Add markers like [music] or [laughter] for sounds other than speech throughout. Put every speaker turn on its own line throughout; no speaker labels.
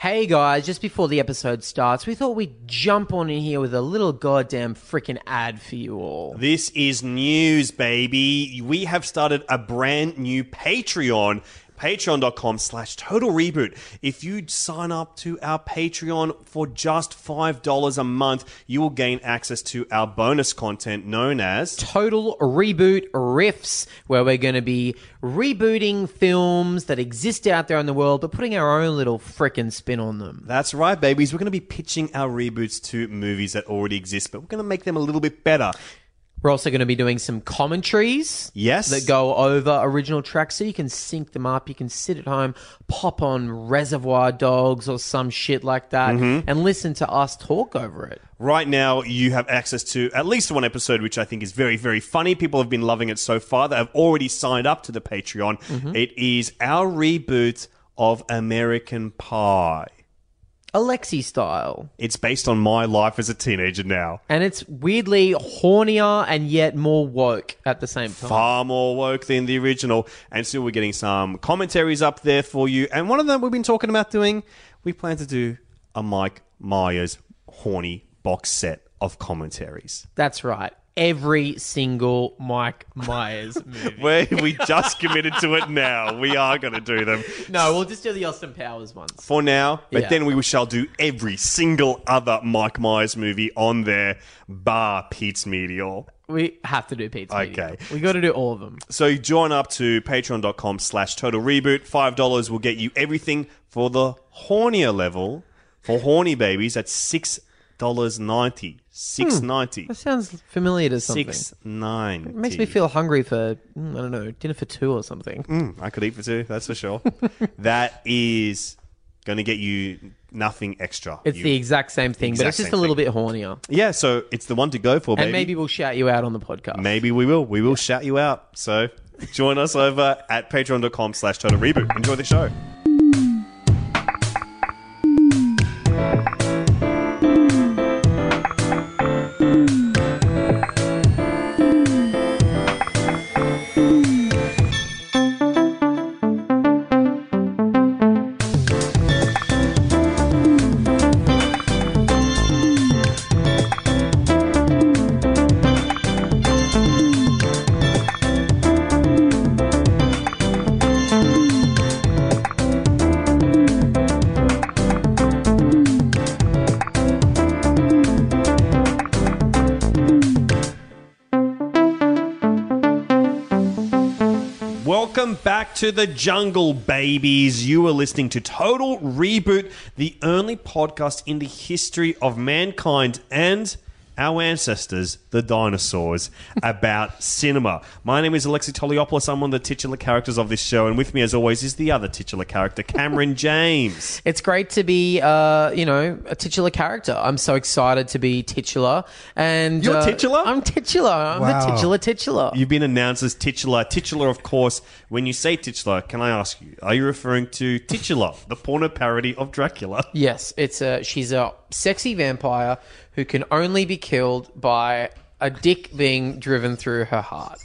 Hey guys, just before the episode starts, we thought we'd jump on in here with a little goddamn freaking ad for you all.
This is news, baby. We have started a brand new Patreon. Patreon.com slash total reboot. If you sign up to our Patreon for just $5 a month, you will gain access to our bonus content known as.
Total Reboot Riffs, where we're going to be rebooting films that exist out there in the world, but putting our own little frickin' spin on them.
That's right, babies. We're going to be pitching our reboots to movies that already exist, but we're going to make them a little bit better.
We're also going to be doing some commentaries.
Yes.
That go over original tracks so you can sync them up. You can sit at home, pop on Reservoir Dogs or some shit like that, and listen to us talk over it.
Right now, you have access to at least one episode, which I think is very, very funny. People have been loving it so far that have already signed up to the Patreon. It is our reboot of American Pie.
Alexi style.
It's based on my life as a teenager now.
And it's weirdly hornier and yet more woke at the same time.
Far more woke than the original. And still, we're getting some commentaries up there for you. And one of them we've been talking about doing, we plan to do a Mike Myers horny box set of commentaries.
That's right. Every single Mike
[laughs]
Myers movie.
Where we just committed to it now. We are going to do them.
No, we'll just do the Austin Powers ones.
for now, but
Yeah.
then we shall do every single other Mike Myers movie on there, bar Pete's Meteor.
We have to do Pete's
Okay.
Media. We got to do all of them.
So join up to patreon.com slash total reboot. $5 will get you everything for the hornier level. For horny babies, that's $6.90. Six ninety.
That sounds familiar to Hmm. something.
Six nine.
It makes me feel hungry for, mm, I don't know, dinner for two or something.
Mm, I could eat for two, that's for sure. [laughs] that is going to get you nothing extra.
It's
You-
the exact same thing, but
Exact
it's just a
same
little bit hornier.
yeah, so it's the one to go for, baby.
And maybe we'll shout you out on the podcast.
Maybe we will. We will shout you out. So join us over at patreon.com slash total reboot. Enjoy the show. Welcome back to the jungle, babies. You are listening to Total Reboot, the only podcast in the history of mankind and our ancestors, the [laughs] dinosaurs, about cinema. My name is Alexi Toliopoulos. I'm one of the titular characters of this show, and with me, as always, is the other titular character, [laughs] Cameron James.
It's great to be, uh, you know, a titular character. I'm so excited to be titular. And
You're
uh,
titular?
I'm titular. I'm
Wow.
the titular titular.
You've been announced as titular. Titular, of course. When you say titular, can I ask you, are you referring to titular, [laughs] the porno parody of Dracula?
yes, it's a she's a sexy vampire who can only be killed by a dick being driven through her heart.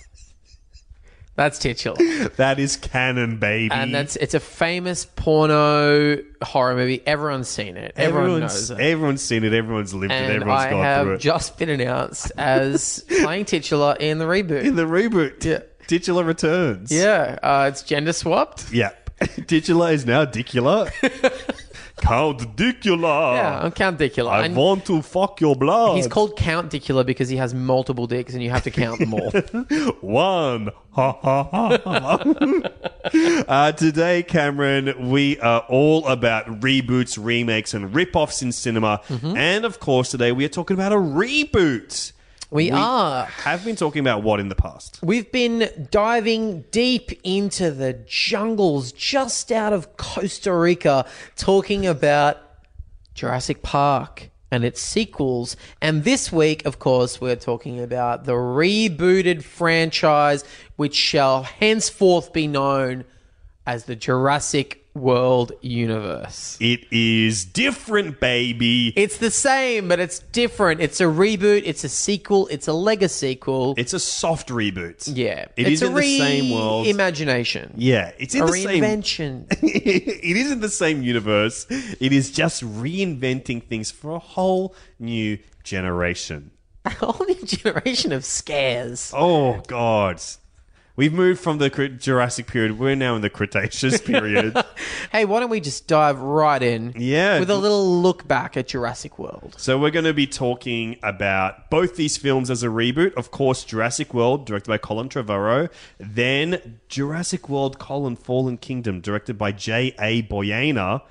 That's titular.
That is canon, baby.
And that's it's a famous porno horror movie. Everyone's seen it. Everyone knows
everyone's,
it.
everyone's seen it. Everyone's lived it.
and
Everyone's
I
gone
have
through it.
just been announced as playing titular in the reboot.
In the reboot, t-
Yeah.
titular returns.
yeah, uh, it's gender swapped.
Yeah. [laughs] titular is
[laughs]
now Dicula. Count Dicula.
Yeah, I'm Count Dicula.
I
And
want to fuck your blood.
he's called Count Dicula because he has multiple dicks and you have to count them all.
One. Ha ha ha. ha. [laughs] uh, today, Cameron, we are all about reboots, remakes, and rip-offs in cinema. And of course, today we are talking about a reboot.
[laughs] We are.
Have been talking about what in the past?
We've been diving deep into the jungles just out of Costa Rica, talking about Jurassic Park and its sequels. And this week, of course, we're talking about the rebooted franchise, which shall henceforth be known as the Jurassic world universe.
It is different, baby.
It's the same, but it's different. It's a reboot, it's a sequel, it's a Lego sequel.
It's a soft reboot.
yeah.
It
it's
is
a
in the same world.
Imagination.
yeah, it's in
a
the same.
reinvention.
[laughs]
[laughs]
it is in the same universe. It is just reinventing things for a whole new generation.
a whole new generation of scares.
Oh God, we've moved from the Cre- Jurassic period. We're now in the Cretaceous period.
Hey, why don't we just dive right in?
Yeah.
With a little look back at Jurassic World.
So we're going to be talking about both these films as a reboot. Of course, Jurassic World, directed by Colin Trevorrow. Then Jurassic World: Colin Fallen Kingdom, directed by J.A. Boyena,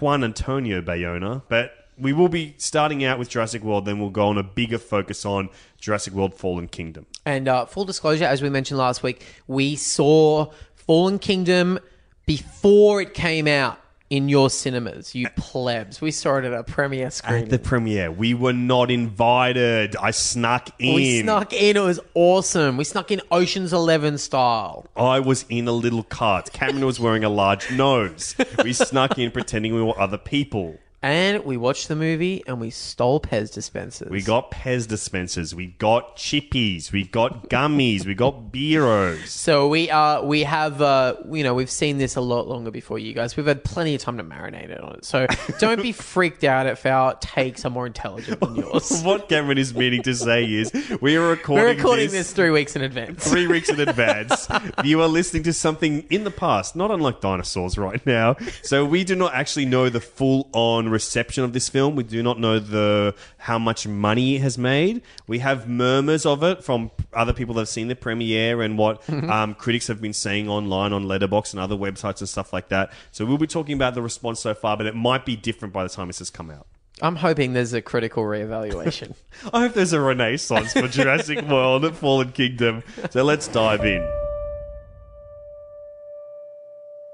Juan Antonio Bayona. But we will be starting out with Jurassic World. Then we'll go on a bigger focus on Jurassic World: Fallen Kingdom.
And uh, full disclosure, as we mentioned last week, we saw Fallen Kingdom before it came out in your cinemas, you plebs. We saw it at a premiere screen.
At the premiere, we were not invited. I snuck in.
Oh, we snuck in. It was awesome. We snuck in Ocean's Eleven style.
I was in a little cart. Cameron was wearing a large nose. We snuck in pretending we were other people.
And we watched the movie and we stole Pez dispensers.
We got Pez dispensers. We got chippies. We got gummies. we got bureaus.
So we uh we have uh you know we've seen this a lot longer before you guys. We've had plenty of time to marinate it on it.
[laughs]
So don't be freaked out if our takes are more intelligent than
[laughs]
yours.
What Cameron is meaning to say is we are recording,
We're recording this,
this
three weeks in
[laughs]
advance.
three weeks in advance. you are listening to something in the past, not unlike dinosaurs right now. So we do not actually know the full on reception of this film. We do not know the how much money it has made. We have murmurs of it from other people that have seen the premiere and what um, critics have been saying online on Letterbox and other websites and stuff like that. So we'll be talking about the response so far, but it might be different by the time this has come out.
I'm hoping there's a critical reevaluation.
[laughs] I hope there's a renaissance for Jurassic World and Fallen Kingdom. So let's dive in.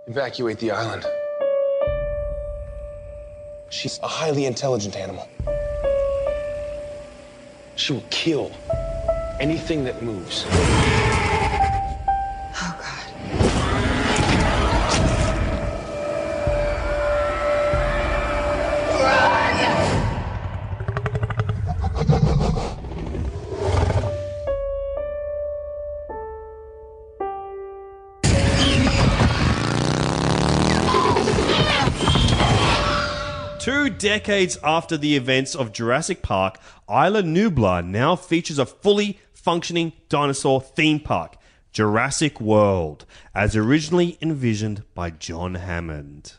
Evacuate the island. She's a highly intelligent animal. She will kill anything that moves.
Oh, God.
Two decades after the events of Jurassic Park, Isla Nublar now features a fully functioning dinosaur theme park, Jurassic World, as originally envisioned by John Hammond.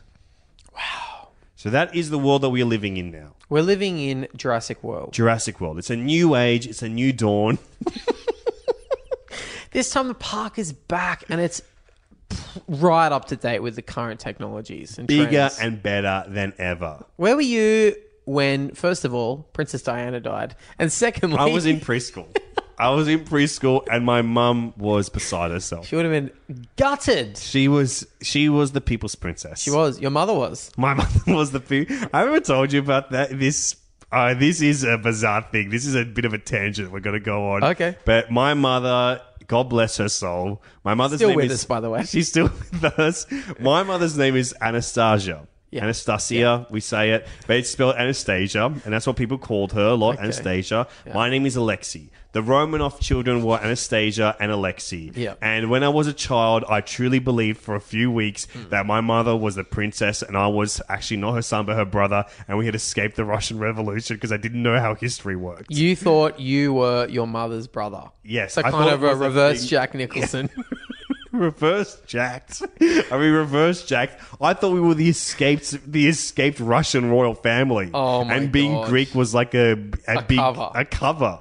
Wow. So that is the world that we are living in now.
We're living in Jurassic World.
Jurassic World. It's a new age, it's a new dawn.
This time the park is back and it's right up to date with the current technologies and
Bigger
trends.
and better than ever.
Where were you when first of all Princess Diana died and secondly
I was in preschool. I was in preschool and my mum was
[laughs]
beside
[laughs]
herself.
she would have been gutted.
She was she was the people's princess.
She was. Your mother was.
My [laughs] mother was the food. I haven't told you about that. This uh, this is a bizarre thing. This is a bit of a tangent we're going to go on.
Okay.
But my mother, God bless her soul. My mother's
Still
name
with
is,
us, by the way.
[laughs] She's still with us. My mother's name is Anastasia.
Yeah.
Anastasia, we say it, but it's spelled Anastasia, and that's what people called her a lot, Anastasia. My name is Alexi. The Romanov children were Anastasia and Alexi.
Yeah.
And when I was a child, I truly believed for a few weeks
Hmm.
that my mother was the princess and I was actually not her son but her brother, and we had escaped the Russian Revolution because I didn't know how history worked.
You thought you were your mother's brother.
Yes,
So
I
kind
thought
of
it
a
was a
reverse
thing.
Jack Nicholson.
[laughs]
[laughs]
reverse jacked. [laughs] I mean, reverse jacked. I thought we were the escaped, the escaped Russian royal family.
Oh, my
And being
gosh.
Greek was like a a, big
cover.
a cover.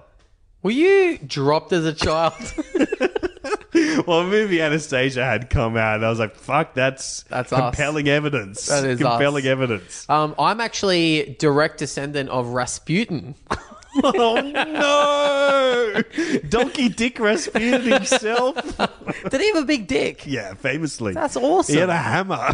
were you dropped as a
[laughs]
child?
Well, movie Anastasia had come out, and I was like, "Fuck, that's
That's us.
compelling evidence.
That is us.
compelling evidence."
um, I'm actually direct descendant of
[laughs]
Rasputin.
oh no, Donkey Dick Rasputin himself.
Did he have a big dick?
yeah, famously.
That's awesome.
He had a hammer,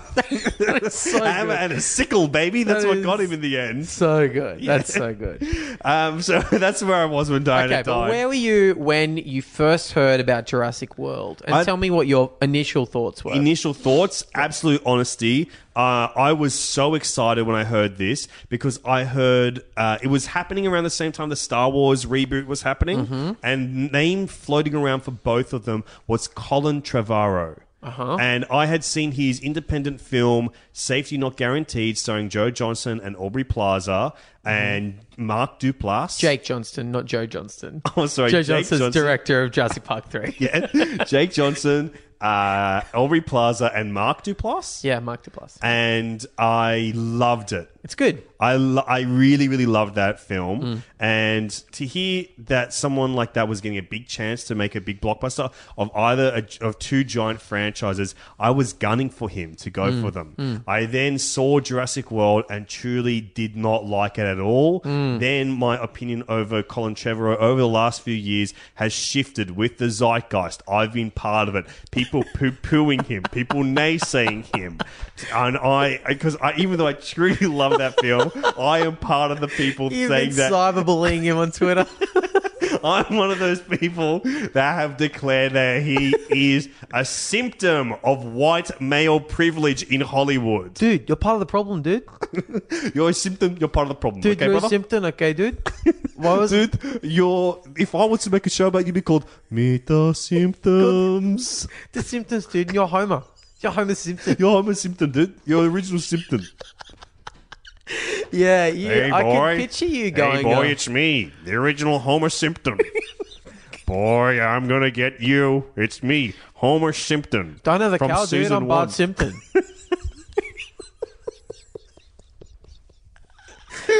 so
hammer
good.
and a sickle, baby. That's
That
what
is-
got him in the end.
So good. That's so good.
[laughs] Um, so that's where I was when Diana
Okay,
died.
but where were you when you first heard about Jurassic World? And
I-
tell me what your initial thoughts were.
Initial thoughts, absolute honesty. Uh, I was so excited when I heard this because I heard uh, it was happening around the same time the Star Wars reboot was happening, and name floating around for both of them was Colin Trevorrow. Uh-huh. And I had seen his independent film "Safety Not Guaranteed," starring Joe Johnson and Aubrey Plaza and Mark Duplass.
Jake Johnston, not Joe [laughs] Johnston.
Oh, sorry,
Joe
Jake
Johnston's
Johnston.
director of Jurassic Park 3. [laughs] Yeah,
[laughs] Yeah. [laughs] Jake Johnson, uh, Aubrey Plaza, and Mark Duplass.
Mark Duplass.
And I loved it.
It's good.
I, lo- I really, really loved that film. And to hear that someone like that was getting a big chance to make a big blockbuster of either a, of two giant franchises, I was gunning for him to go for them. I then saw Jurassic World and truly did not like it at all. Then my opinion over Colin Trevorrow over the last few years has shifted with the zeitgeist. I've been part of it. People poo pooing him, people naysaying him. And I, because I, even though I truly love that film, I am part of the people
You've been
saying that.
cyberbullying him on Twitter.
I'm one of those people that have declared that he is a symptom of white male privilege in
[laughs]
Hollywood.
dude, you're part of the problem, dude.
You're a symptom, you're part of the problem.
[laughs] Dude,
okay,
you're
brother?
a symptom, okay, [laughs] dude? Why was it?
Dude, you're. If I was to make a show about you, it'd be called Meet the Symptoms.
The symptoms, dude, and you're Homer. You're Homer Simpson.
You're Homer Symptom, dude. You're the original Symptom.
[laughs] Yeah, you,
Hey, boy.
I can picture you going.
Hey, boy,
uh,
it's me, the original
[laughs]
Homer Symptom. boy, I'm going to get you. It's me, Homer Symptom.
Don't have the
from
cow, dude.
season
I'm Bart [laughs]
one.
Simpson.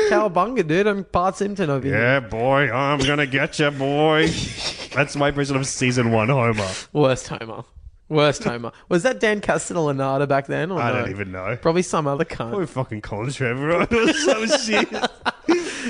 Cowabunga, dude. I'm Bart Simpson over here.
Yeah, boy, I'm gonna get you, boy.
[laughs]
That's my version of season one, Homer.
Worst Homer.
[laughs]
Worst Homer. Was that Dan Castellanata back then? Or
I
no?
don't even know.
Probably some other cunt.
Probably fucking Colin [laughs] Trevor. It was so shit.
[laughs]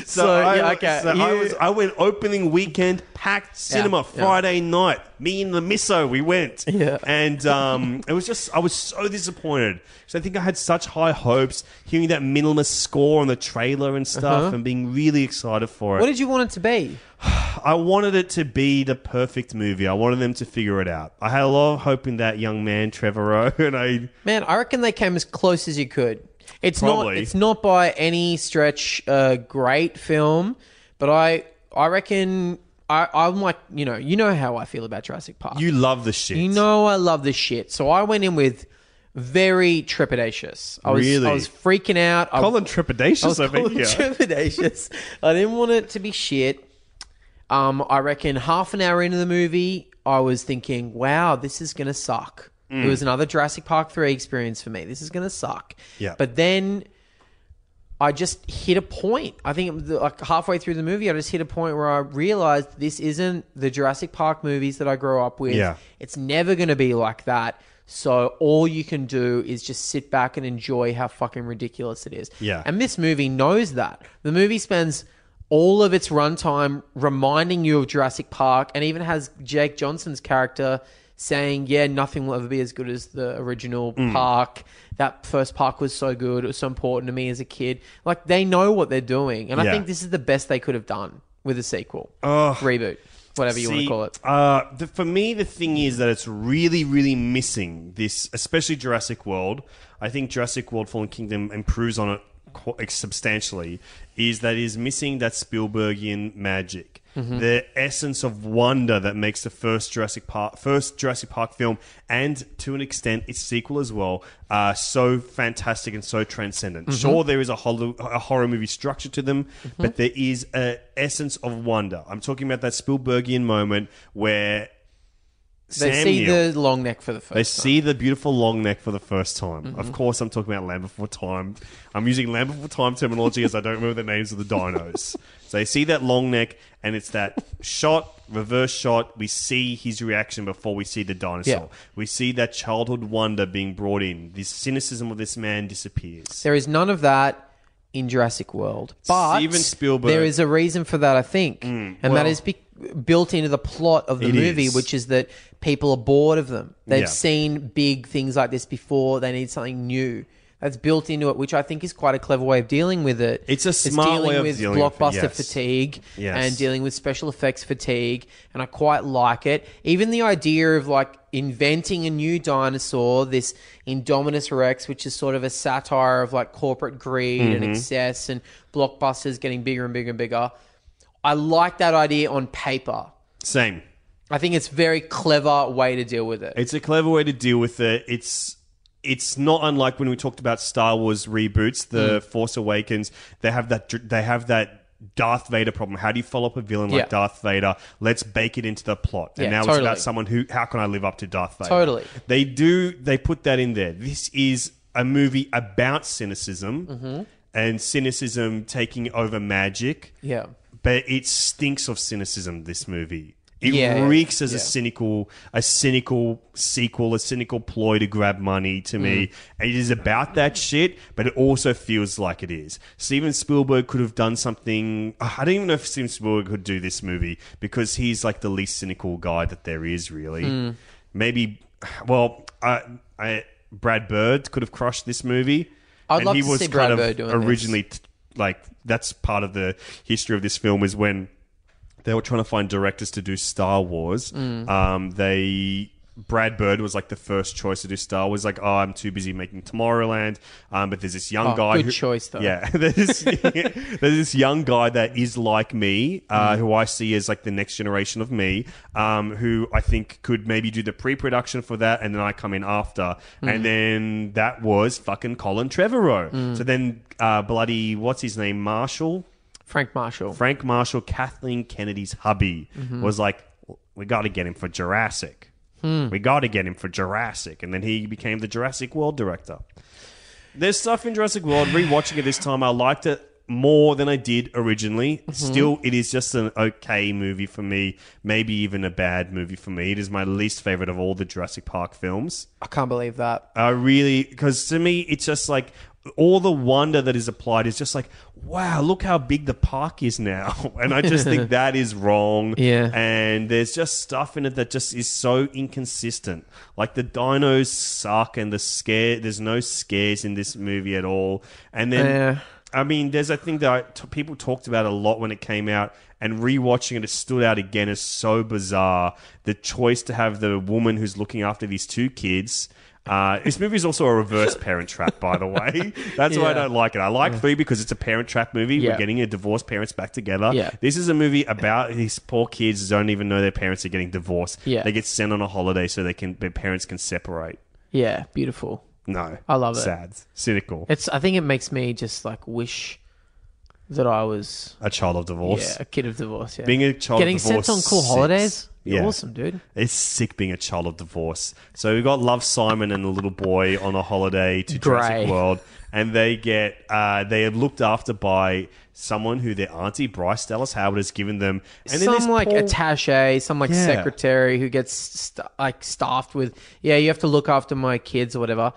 So,
yeah, okay,
so I
you-
was. I went opening weekend, packed cinema
yeah.
Friday night. Me and the misso, we went.
Yeah.
and um, it was just. I was so disappointed. So I think I had such high hopes. Hearing that minimalist score on the trailer and stuff, and being really excited for it.
Uh-huh. What did you want it to be?
I wanted it to be the perfect movie. I wanted them to figure it out. I had a lot of hope in that young man, Trevorrow, [laughs] and I.
Man, I reckon they came as close as you could. It's not
Probably.
it's not by any stretch a great film, but I I reckon I, I'm like you know, you know how I feel about Jurassic Park.
You love the shit.
You know I love this shit. So I went in with very trepidatious. I was
Really?
I was freaking out. I,
Colin
I was
Trepidatious over
calling
here.
trepidatious. I didn't want it to be shit. Um, I reckon half an hour into the movie, I was thinking, "Wow, this is gonna suck." It
Mm.
was another Jurassic Park three experience for me. This is gonna suck.
Yeah.
But then I just hit a point. I think it was like halfway through the movie, I just hit a point where I realized this isn't the Jurassic Park movies that I grew up with.
Yeah.
It's never going to be like that. So all you can do is just sit back and enjoy how fucking ridiculous it is.
Yeah.
And this movie knows that. The movie spends all of its runtime reminding you of Jurassic Park and even has Jake Johnson's character saying, Yeah, nothing will ever be as good as the original
Mm.
park. That first park was so good. It was so important to me as a kid. Like, they know what they're doing. And I
Yeah.
think this is the best they could have done with a sequel, reboot, whatever you want to
See,
call it.
Uh, the, for me, the thing is that it's really, really missing this, especially Jurassic World. I think Jurassic World Fallen Kingdom improves on it qu- substantially. Is that is missing that Spielbergian magic,
Mm-hmm.
the essence of wonder that makes the first Jurassic Park, first Jurassic Park film, and to an extent its sequel as well, uh, so fantastic and so transcendent.
Mm-hmm.
Sure, there is a, holo- a horror movie structure to them, but there is a essence of wonder. I'm talking about that Spielbergian moment where
They
Sam
see
Neill-
the long neck for the first
they
time.
see the beautiful long neck for the first time. Of course, I'm talking about Land Before Time. I'm using Land Before Time terminology as I don't remember the names of the dinos. so they see that long neck, and it's that shot, reverse shot. We see his reaction before we see the dinosaur.
Yeah.
We see that childhood wonder being brought in. This cynicism of this man disappears.
There is none of that in Jurassic World. But
Steven Spielberg- Mm.
There is a reason for that, I think, and that
well-
is be- built into the plot of the
It
movie,
is.
which is that people are bored of them. They've
Yeah.
seen big things like this before. They need something new. that's built into it, which I think is quite a clever way of dealing with it.
It's a smart
dealing
way of
with
dealing with it,
blockbuster
yes.
fatigue
Yes.
and dealing with special effects fatigue, and I quite like it. Even the idea of like inventing a new dinosaur, this Indominus Rex, which is sort of a satire of like corporate greed and excess and blockbusters getting bigger and bigger and bigger. I like that idea on paper.
Same.
I think it's a very clever way to deal with it.
It's a clever way to deal with it. It's it's not unlike when we talked about Star Wars
Mm.
reboots, The Force Awakens. They have that. dr- They have that. Darth Vader problem. How do you follow up a villain like
Yeah.
Darth Vader? Let's bake it into the plot. And
Yeah,
now it's
totally.
about someone who how can I live up to Darth Vader?
Totally.
They do they put that in there. This is a movie about cynicism
Mm-hmm.
and cynicism taking over magic.
Yeah.
But it stinks of cynicism, this movie. It
Yeah,
reeks as a
yeah.
cynical a cynical sequel, a cynical ploy to grab money to
Mm.
me. It is about that shit, but it also feels like it is. Steven Spielberg could have done something I don't even know if Steven Spielberg could do this movie because he's like the least cynical guy that there is really.
Mm.
Maybe well, I, I Brad Bird could have crushed this movie.
I'd
and
love
he
to
was
see
kind
Brad
of
Bird doing this.
originally t- like that's part of the history of this film is when they were trying to find directors to do Star Wars.
Mm.
Um, they Brad Bird was like the first choice to do Star Wars. Like, oh, I'm too busy making Tomorrowland. Um, but there's this young
Oh,
guy.
good choice, though.
Yeah, [laughs]
[laughs]
there's this, there's this young guy that is like me, uh,
Mm.
who I see as like the next generation of me, um, who I think could maybe do the pre-production for that, and then I come in after,
Mm.
and then that was fucking Colin Trevorrow. So then, uh, bloody what's his name, Marshall.
Frank Marshall.
Frank Marshall, Kathleen Kennedy's hubby, was like, "We got to get him for Jurassic. We got to get him for Jurassic." And then he became the Jurassic World director. There's stuff in Jurassic World. Rewatching it this time, I liked it more than I did originally. Still, it is just an okay movie for me. Maybe even a bad movie for me. It is my least favorite of all the Jurassic Park films.
I can't believe that.
I really, because to me, it's just like all the wonder that is applied is just like, wow, look how big the park is now. [laughs] And I just think that is wrong.
Yeah.
And there's just stuff in it that just is so inconsistent. Like the dinos suck and the scare, there's no scares in this movie at all. And then.
Yeah.
I mean, there's a thing that I t- people talked about a lot when it came out, and rewatching it, it stood out again as so bizarre. The choice to have the woman who's looking after these two kids. Uh, [laughs] this movie is also a reverse parent trap, by the way. [laughs] That's why I
Yeah.
don't like it. I like three because it's a parent trap movie. We're
Yeah.
getting a divorced parents back together.
Yeah.
This is a movie about these poor kids who don't even know their parents are getting divorced.
Yeah.
They get sent on a holiday so they can their parents can separate.
Yeah, beautiful.
No,
I love it.
Sad, cynical,
It's. I think it makes me just like wish that I was
a child of divorce.
yeah, a kid of divorce. Yeah.
Being a child
getting
of divorce
sent on cool
sucks.
holidays.
Yeah.
Awesome, dude.
It's sick being a child of divorce. So we've got Love Simon and the little boy on a holiday to Jurassic
Grey.
World, and they get uh, they are looked after by someone who their auntie Bryce Dallas Howard has given them, and
some
this
like
poor-
attaché, some like
Yeah.
secretary who gets st- like staffed with, yeah, you have to look after my kids or whatever.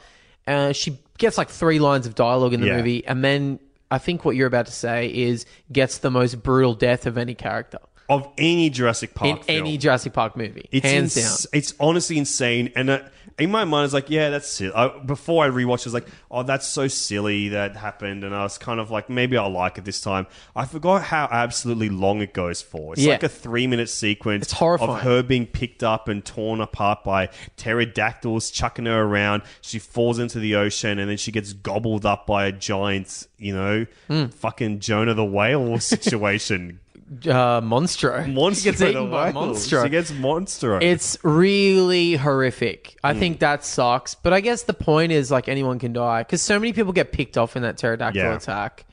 Uh, she gets like three lines of dialogue in the
Yeah.
movie, and then I think what you're about to say is gets the most brutal death of any character
of any Jurassic Park
in
film.
any Jurassic Park movie,
It's
hands
ins-
down.
It's honestly insane. And uh, in my mind, it's like, yeah, that's it. I, before I rewatched, I was like, oh, that's so silly that happened. And I was kind of like, maybe I'll like it this time. I forgot how absolutely long it goes for. It's
Yeah.
like a three minute sequence
It's horrifying.
of her being picked up and torn apart by pterodactyls chucking her around. She falls into the ocean and then she gets gobbled up by a giant, you know,
Hmm.
fucking Jonah
[laughs]
the whale situation.
Uh, Monstro, [laughs]
Monster.
She gets eaten
the
by
whale.
Monstro.
She gets Monstro.
It's really horrific.
Hmm.
I think that sucks. But I guess the point is like anyone can die because so many people get picked off in that pterodactyl
Yeah.
attack.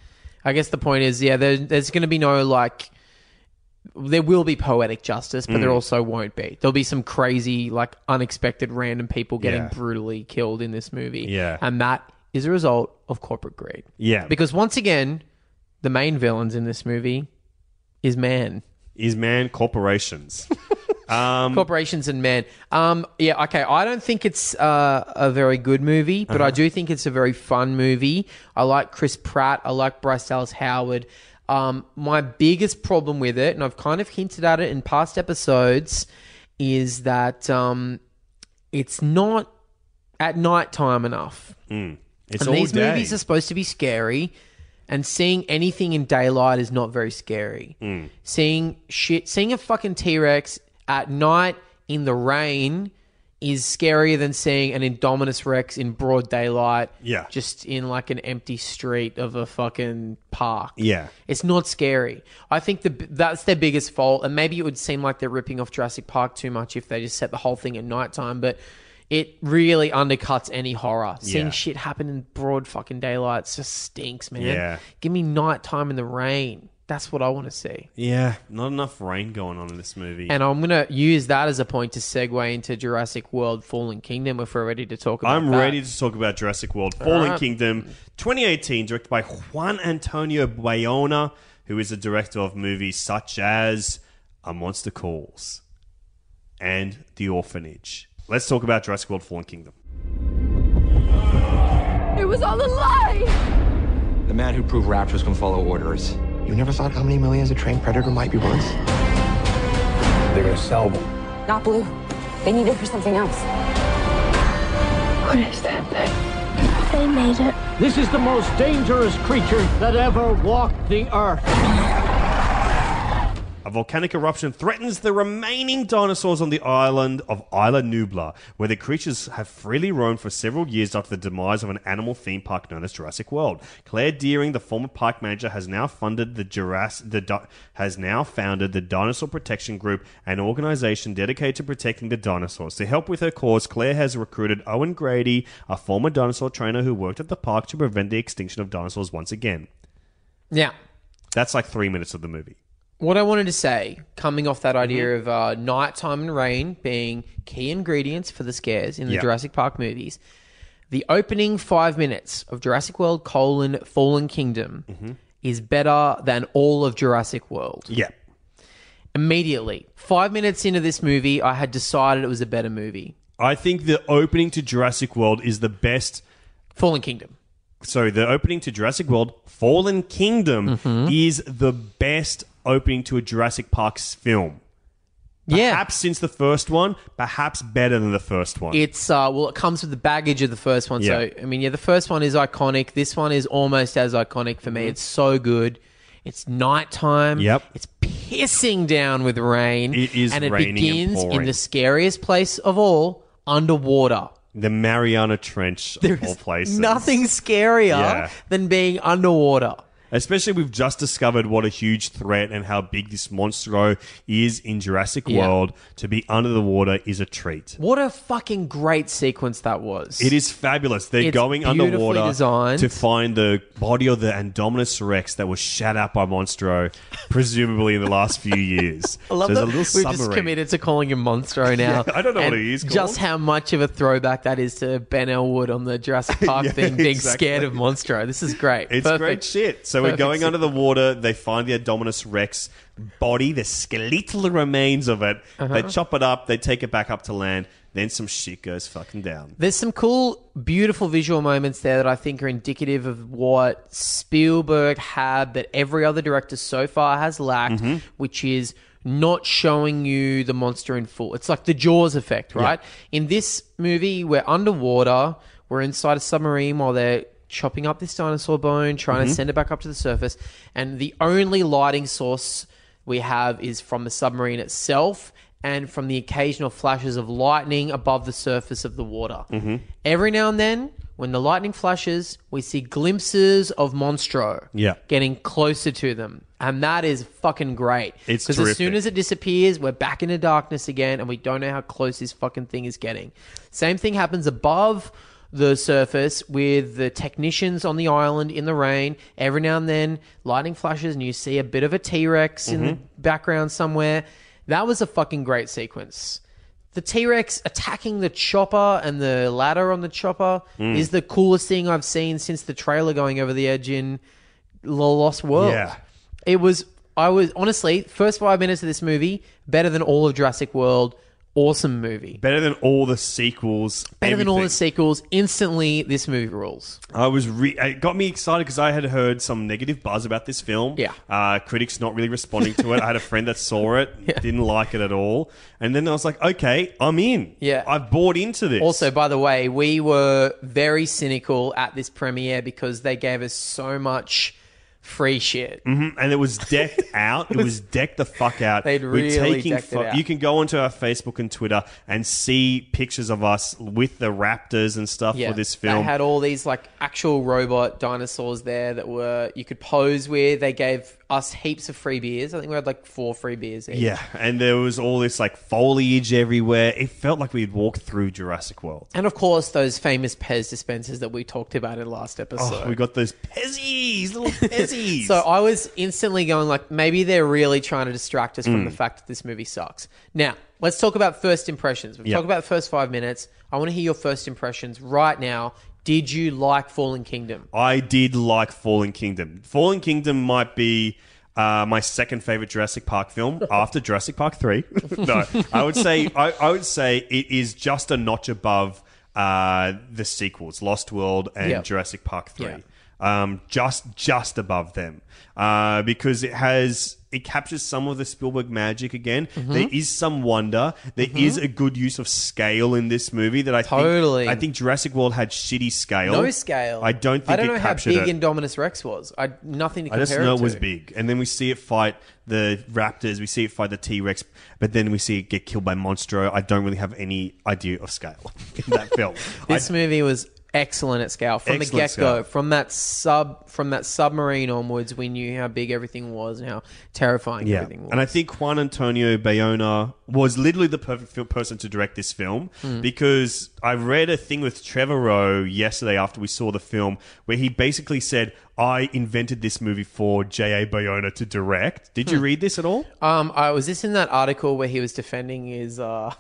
I guess the point is, yeah, there, there's going to be no like. There will be poetic justice, but
Hmm.
there also won't be. There'll be some crazy, like unexpected, random people getting
Yeah.
brutally killed in this movie.
Yeah.
and that is a result of corporate greed.
yeah.
Because once again, the main villains in this movie is man.
is
[laughs]
man corporations.
corporations and men. Um, yeah, okay. I don't think it's uh, a very good movie, but I do think it's a very fun movie. I like Chris Pratt. I like Bryce Dallas Howard. Um, my biggest problem with it, and I've kind of hinted at it in past episodes, is that um, it's not at night time enough.
It's
And
all
these
day.
movies are supposed to be scary, and seeing anything in daylight is not very scary.
Hmm.
Seeing shit, seeing a fucking T Rex at night in the rain is scarier than seeing an Indominus Rex in broad daylight.
Yeah.
Just in like an empty street of a fucking park.
Yeah.
It's not scary. I think the, that's their biggest fault. And maybe it would seem like they're ripping off Jurassic Park too much if they just set the whole thing at nighttime, but it really undercuts any horror. Seeing
Yeah.
shit happen in broad fucking daylight just stinks, man.
Yeah.
Give me nighttime in the rain. That's what I want to see.
Yeah, not enough rain going on in this movie.
And I'm going to use that as a point to segue into Jurassic World Fallen Kingdom if we're ready to talk about
I'm
that.
ready to talk about Jurassic World Fallen
right.
Kingdom 2018, directed by Juan Antonio Bayona, who is the director of movies such as A Monster Calls and The Orphanage. Let's talk about Jurassic World Fallen Kingdom.
It was all a lie!
The man who proved raptors can follow orders.
You never thought how many millions a trained predator might be worth?
They're gonna sell them.
Not blue. They need it for something else. What is that thing?
They made it.
This is the most dangerous creature that ever walked the earth.
A volcanic eruption threatens the remaining dinosaurs on the island of Isla Nublar, where the creatures have freely roamed for several years after the demise of an animal theme park known as Jurassic World. Claire Deering, the former park manager, has now funded the Jurass- the di- has now founded the Dinosaur Protection Group, an organization dedicated to protecting the dinosaurs. To help with her cause, Claire has recruited Owen Grady, a former dinosaur trainer who worked at the park to prevent the extinction of dinosaurs once again.
Now,
That's like three minutes of the movie.
what I wanted to say, coming off that idea of uh, nighttime and rain being key ingredients for the scares in the
Yeah.
Jurassic Park movies, the opening five minutes of Jurassic World: colon, Fallen Kingdom is better than all of Jurassic World.
Yeah.
Immediately, five minutes into this movie, I had decided it was a better movie,
I think the opening to Jurassic World is the best.
Fallen Kingdom.
Sorry, the opening to Jurassic World Fallen Kingdom
Mm-hmm.
is the best opening to a Jurassic Park's film.
yeah,
Perhaps since the first one, perhaps better than the first one.
It's uh, well, it comes with the baggage of the first one. So
Yeah.
I mean, yeah, the first one is iconic. This one is almost as iconic for me. It's so good. It's nighttime.
Mm-hmm. Yep.
It's pissing down with rain.
It is
and it
raining and
begins in
pouring.
the scariest place of all, underwater.
the Mariana Trench, of all places.
Nothing scarier
Yeah.
than being underwater.
Especially, we've just discovered what a huge threat and how big this monstro is in Jurassic
Yeah.
World. To be under the water is a treat.
What a fucking great sequence that was.
It is fabulous. They're
It's
going
beautifully
underwater
designed.
to find the body of the Indominus Rex that was shut out by Monstro, [laughs] presumably in the last few years.
[laughs] I love
so there's
that
a little
we've
submarine.
just committed to calling him Monstro
[laughs]
now.
I don't know what
And
he is called.
Just how much of a throwback that is to Ben Elwood on the
[laughs]
Jurassic Park
Yeah,
thing, being
exactly.
scared of Monstro. This is great.
It's
Perfect.
great shit. So we're
Perfect
going
sequence.
under the water. They find the Indominus Rex body, the skeletal remains of it.
Uh-huh.
They chop it up. They take it back up to land. Then some shit goes fucking down.
There's some cool, beautiful visual moments there that I think are indicative of what Spielberg had that every other director so far has lacked, which is not showing you the monster in full. It's like the Jaws effect, right? In this movie, we're underwater, we're inside a submarine while they're chopping up this dinosaur bone, trying to send it back up to the surface, and the only lighting source we have is from the submarine itself and from the occasional flashes of lightning above the surface of the water.
Mm-hmm.
Every now and then, when the lightning flashes, we see glimpses of Monstro
Yeah.
getting closer to them. And that is fucking great.
It's
Because as soon
terrific.
as it disappears, we're back into darkness again and we don't know how close this fucking thing is getting. Same thing happens above the surface with the technicians on the island in the rain. Every now and then, lightning flashes and you see a bit of a T Rex in the background somewhere. That was a fucking great sequence. The T Rex attacking the chopper and the ladder on the chopper is the coolest thing I've seen since the trailer going over the edge in The Lost World.
Yeah.
It was. I was honestly first five minutes of this movie better than all of Jurassic World awesome movie.
Better than all the sequels.
Better than all the
everything.
sequels. Instantly, this movie rules.
I was re- it got me excited because I had heard some negative buzz about this film.
Yeah.
uh, critics not really responding to it. I
[laughs]
had a friend that saw it, didn't like it at all, and then I was like, okay, I'm in.
Yeah.
I've bought into this.
Also, by the way, we were very cynical at this premiere because they gave us so much free shit.
[laughs] and it
[laughs]
was decked out. It was decked the fuck out.
They'd really decked it out.
You can go onto our Facebook and Twitter and see pictures of us with the Raptors and stuff for this film.
They had all these like actual robot dinosaurs there that were you could pose with. They gave us heaps of free beers. I think we had like four free beers each.
yeah, and there was all this like foliage everywhere. It felt like we'd walked through Jurassic World.
And of course, those famous Pez dispensers that we talked about in last episode.
Oh, we got those pezzies, little pezzies.
So I was instantly going like, maybe they're really trying to distract us
Mm.
from the fact that this movie sucks. Now, let's talk about first impressions. We've
Yeah.
talked about the first five minutes. I want to hear your first impressions right now. Did you like Fallen Kingdom?
I did like Fallen Kingdom. Fallen Kingdom might be uh, my second favorite Jurassic
[laughs]
Park film after Jurassic Park Three. no, I would say I, I would say it is just a notch above uh, the sequels, Lost World and
Yep.
Jurassic Park Three.
Yeah.
Um, just just above them uh, because it has it captures some of the Spielberg magic again.
Mm-hmm.
There is some wonder. There is a good use of scale in this movie that I
Totally.
think I think Jurassic World had shitty scale.
No scale.
I don't think
I don't
it
know how
captured
big
it.
Indominus Rex was. I nothing to
I
compare
just know it
to.
was big. And then we see it fight the Raptors, we see it fight the T Rex, but then we see it get killed by Monstro. I don't really have any idea of scale [laughs] in that
[laughs]
film. I,
This movie was excellent at scale from the
Excellent
get go.
scale.
From that sub, from that submarine onwards, we knew how big everything was and how terrifying
yeah.
everything was.
And I think Juan Antonio Bayona was literally the perfect fil- person to direct this film
Hmm.
because I read a thing with Trevor Rowe yesterday after we saw the film where he basically said, I invented this movie for J.A. Bayona to direct. Did
Hmm.
you read this at all?
um, I was this in that article where he was defending his. Uh,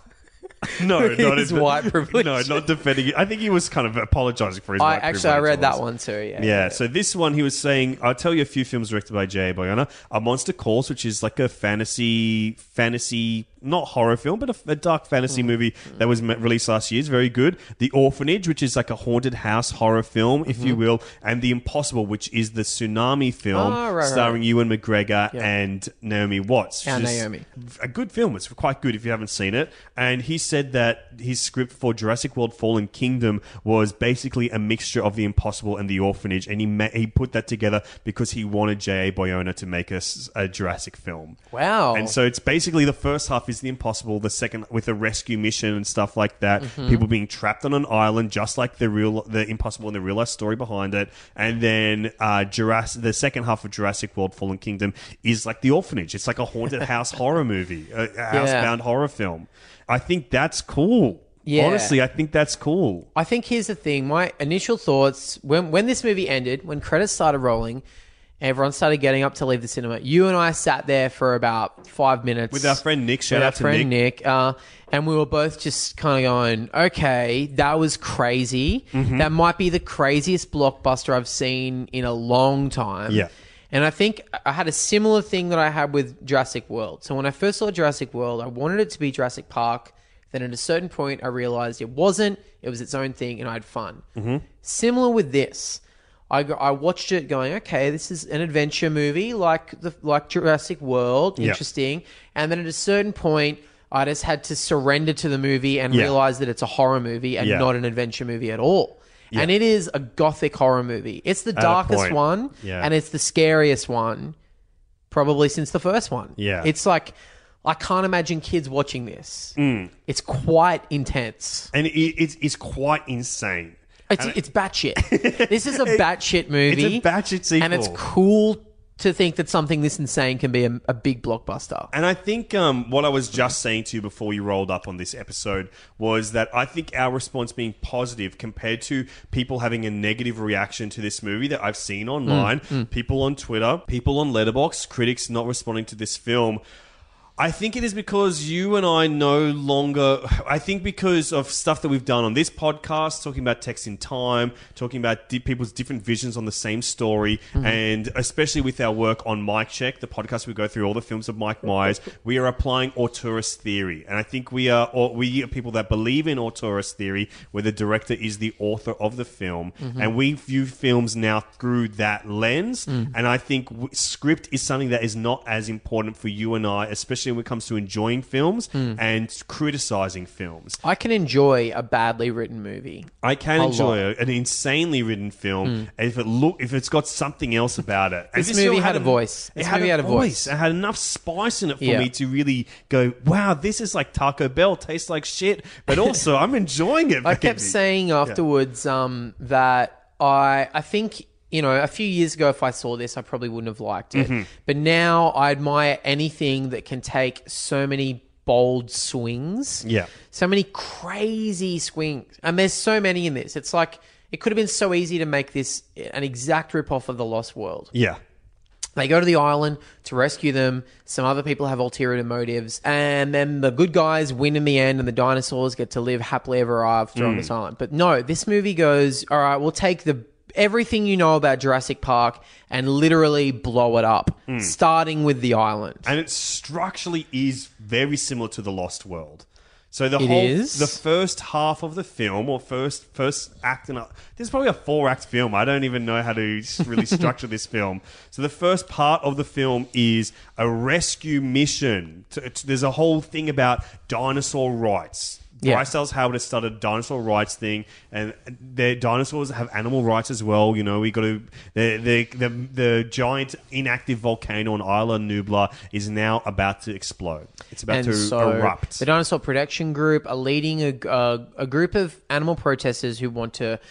No,
[laughs]
not
His
in-
white privilege.
[laughs] No, not defending it. I think he was kind of apologizing for his.
I
white
actually I
privilege
read that
almost.
one too. Yeah.
Yeah, so this one he was saying, I'll tell you a few films directed by J.A. Boyana. A Monster Calls, which is like a fantasy, fantasy, not horror film, but a, a dark
Hmm.
fantasy movie that was ma- released last year. It's very good. The Orphanage, which is like a haunted house horror film, if
Mm-hmm.
you will. And The Impossible, which is the tsunami film
Ah, right, right.
starring Ewan McGregor
Yeah.
and Naomi Watts.
And
Just
Naomi.
A good film. It's quite good if you haven't seen it. And he said that his script for Jurassic World Fallen Kingdom was basically a mixture of The Impossible and The Orphanage. And he ma- he put that together because he wanted J.A. Boyona to make a, s- a Jurassic film.
Wow.
And so it's basically the first half is The Impossible, the second with a rescue mission and stuff like that. People being trapped on an island, just like the real, the Impossible and the real life story behind it. And then uh, Jurassic, the second half of Jurassic World: Fallen Kingdom is like The Orphanage. It's like a haunted house horror movie, a, a housebound horror film. I think that's cool.
Yeah.
Honestly, I think that's cool.
I think here's the thing. My initial thoughts when when this movie ended, when credits started rolling, everyone started getting up to leave the cinema. You and I sat there for about five minutes
With our friend Nick, shout
with
out to
friend
Nick.
Nick, uh, and we were both just kind of going, "Okay, that was crazy.
Mm-hmm.
That might be the craziest blockbuster I've seen in a long time."
Yeah.
And I think I had a similar thing that I had with Jurassic World. So when I first saw Jurassic World, I wanted it to be Jurassic Park. Then at a certain point, I realized it wasn't. It was its own thing, and I had fun.
Mm-hmm.
Similar with this, I, go- I watched it going, okay, this is an adventure movie like the like Jurassic World, interesting. And then at a certain point, I just had to surrender to the movie and
Yeah.
realize that it's a horror movie and
Yeah.
not an adventure movie at all. And it is a gothic horror movie. It's the
a
darkest
point.
one,
Yeah.
and it's the scariest one probably since the first one.
Yeah.
It's like I can't imagine kids watching this.
Mm.
It's quite intense.
And it, it's, it's quite insane.
It's it's
[laughs]
batshit. this is a batshit movie.
it's a batshit sequel.
and it's cool to think that something this insane can be a, a big blockbuster.
And I think um, what I was just saying to you before you rolled up on this episode was that I think our response being positive compared to people having a negative reaction to this movie that I've seen online, people on Twitter, people on Letterbox, critics not responding to this film. I think it is because you and I no longer. I think because of stuff that we've done on this podcast, talking about text in time, talking about di- people's different visions on the same story, and especially with our work on Mike Check, the podcast we go through all the films of Mike Myers, we are applying auteurist theory, and I think we are or we are people that believe in auteurist theory, where the director is the author of the film, and we view films now through that lens. And I think w- script is something that is not as important for you and I, especially when it comes to enjoying films and criticizing films.
I can enjoy a badly written movie.
I can
A lot. Hmm.
enjoy an insanely written film if it look if it's got something else
[laughs]
about it. And
This movie
film
had a voice.
It
This
had
movie
a
had a
voice.
voice.
It had enough spice in it for
Yeah.
me to really go, "Wow, this is like Taco Bell. Tastes like shit,
[laughs]
but also I'm enjoying it."
I kept
baby."
saying afterwards um, that I I think you know a few years ago if I saw this I probably wouldn't have liked it, but now I admire anything that can take so many bold swings.
Yeah.
so many crazy swings, and there's so many in this. It's like it could have been so easy to make this an exact rip off of the Lost World.
"Yeah,
They go to the island to rescue them. Some other people have ulterior motives. And then the good guys win in the end, and the dinosaurs get to live happily ever after on this island. But no, this movie goes, all right, we'll take the everything you know about Jurassic Park and literally blow it up, starting with the island.
and it structurally is very similar to the Lost World. So the
It
whole
is.
the first half of the film, or first first act, and a- this is probably a four act film. I don't even know how to s- really structure this film. So the first part of the film is a rescue mission. T- t- There's a whole thing about dinosaur rights.
Yeah.
Bryce Dallas Howard has started a dinosaur rights thing, and their dinosaurs have animal rights as well. You know, we got to the the, the the giant inactive volcano on Isla Nublar is now about to explode. It's about to erupt.
The Dinosaur Protection Group are leading a, a, a group of animal protesters who want to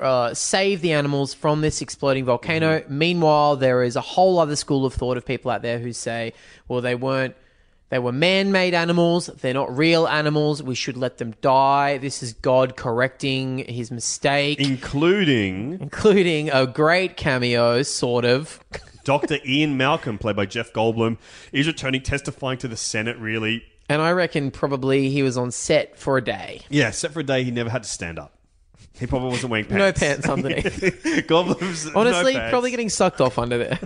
uh, save the animals from this exploding volcano.
Mm-hmm.
Meanwhile, there is a whole other school of thought of people out there who say, well, they weren't. They were man made animals. They're not real animals. We should let them die. This is God correcting his mistake,
Including
including a great cameo, sort of.
Dr. Ian Malcolm, played by Jeff Goldblum, is returning, testifying to the Senate, really.
And I reckon probably he was on set for a day.
Yeah, except for a day he never had to stand up. He probably wasn't wearing
No
pants.
pants underneath.
[laughs] Goldblum's no
Honestly,
pants.
probably getting sucked off under there.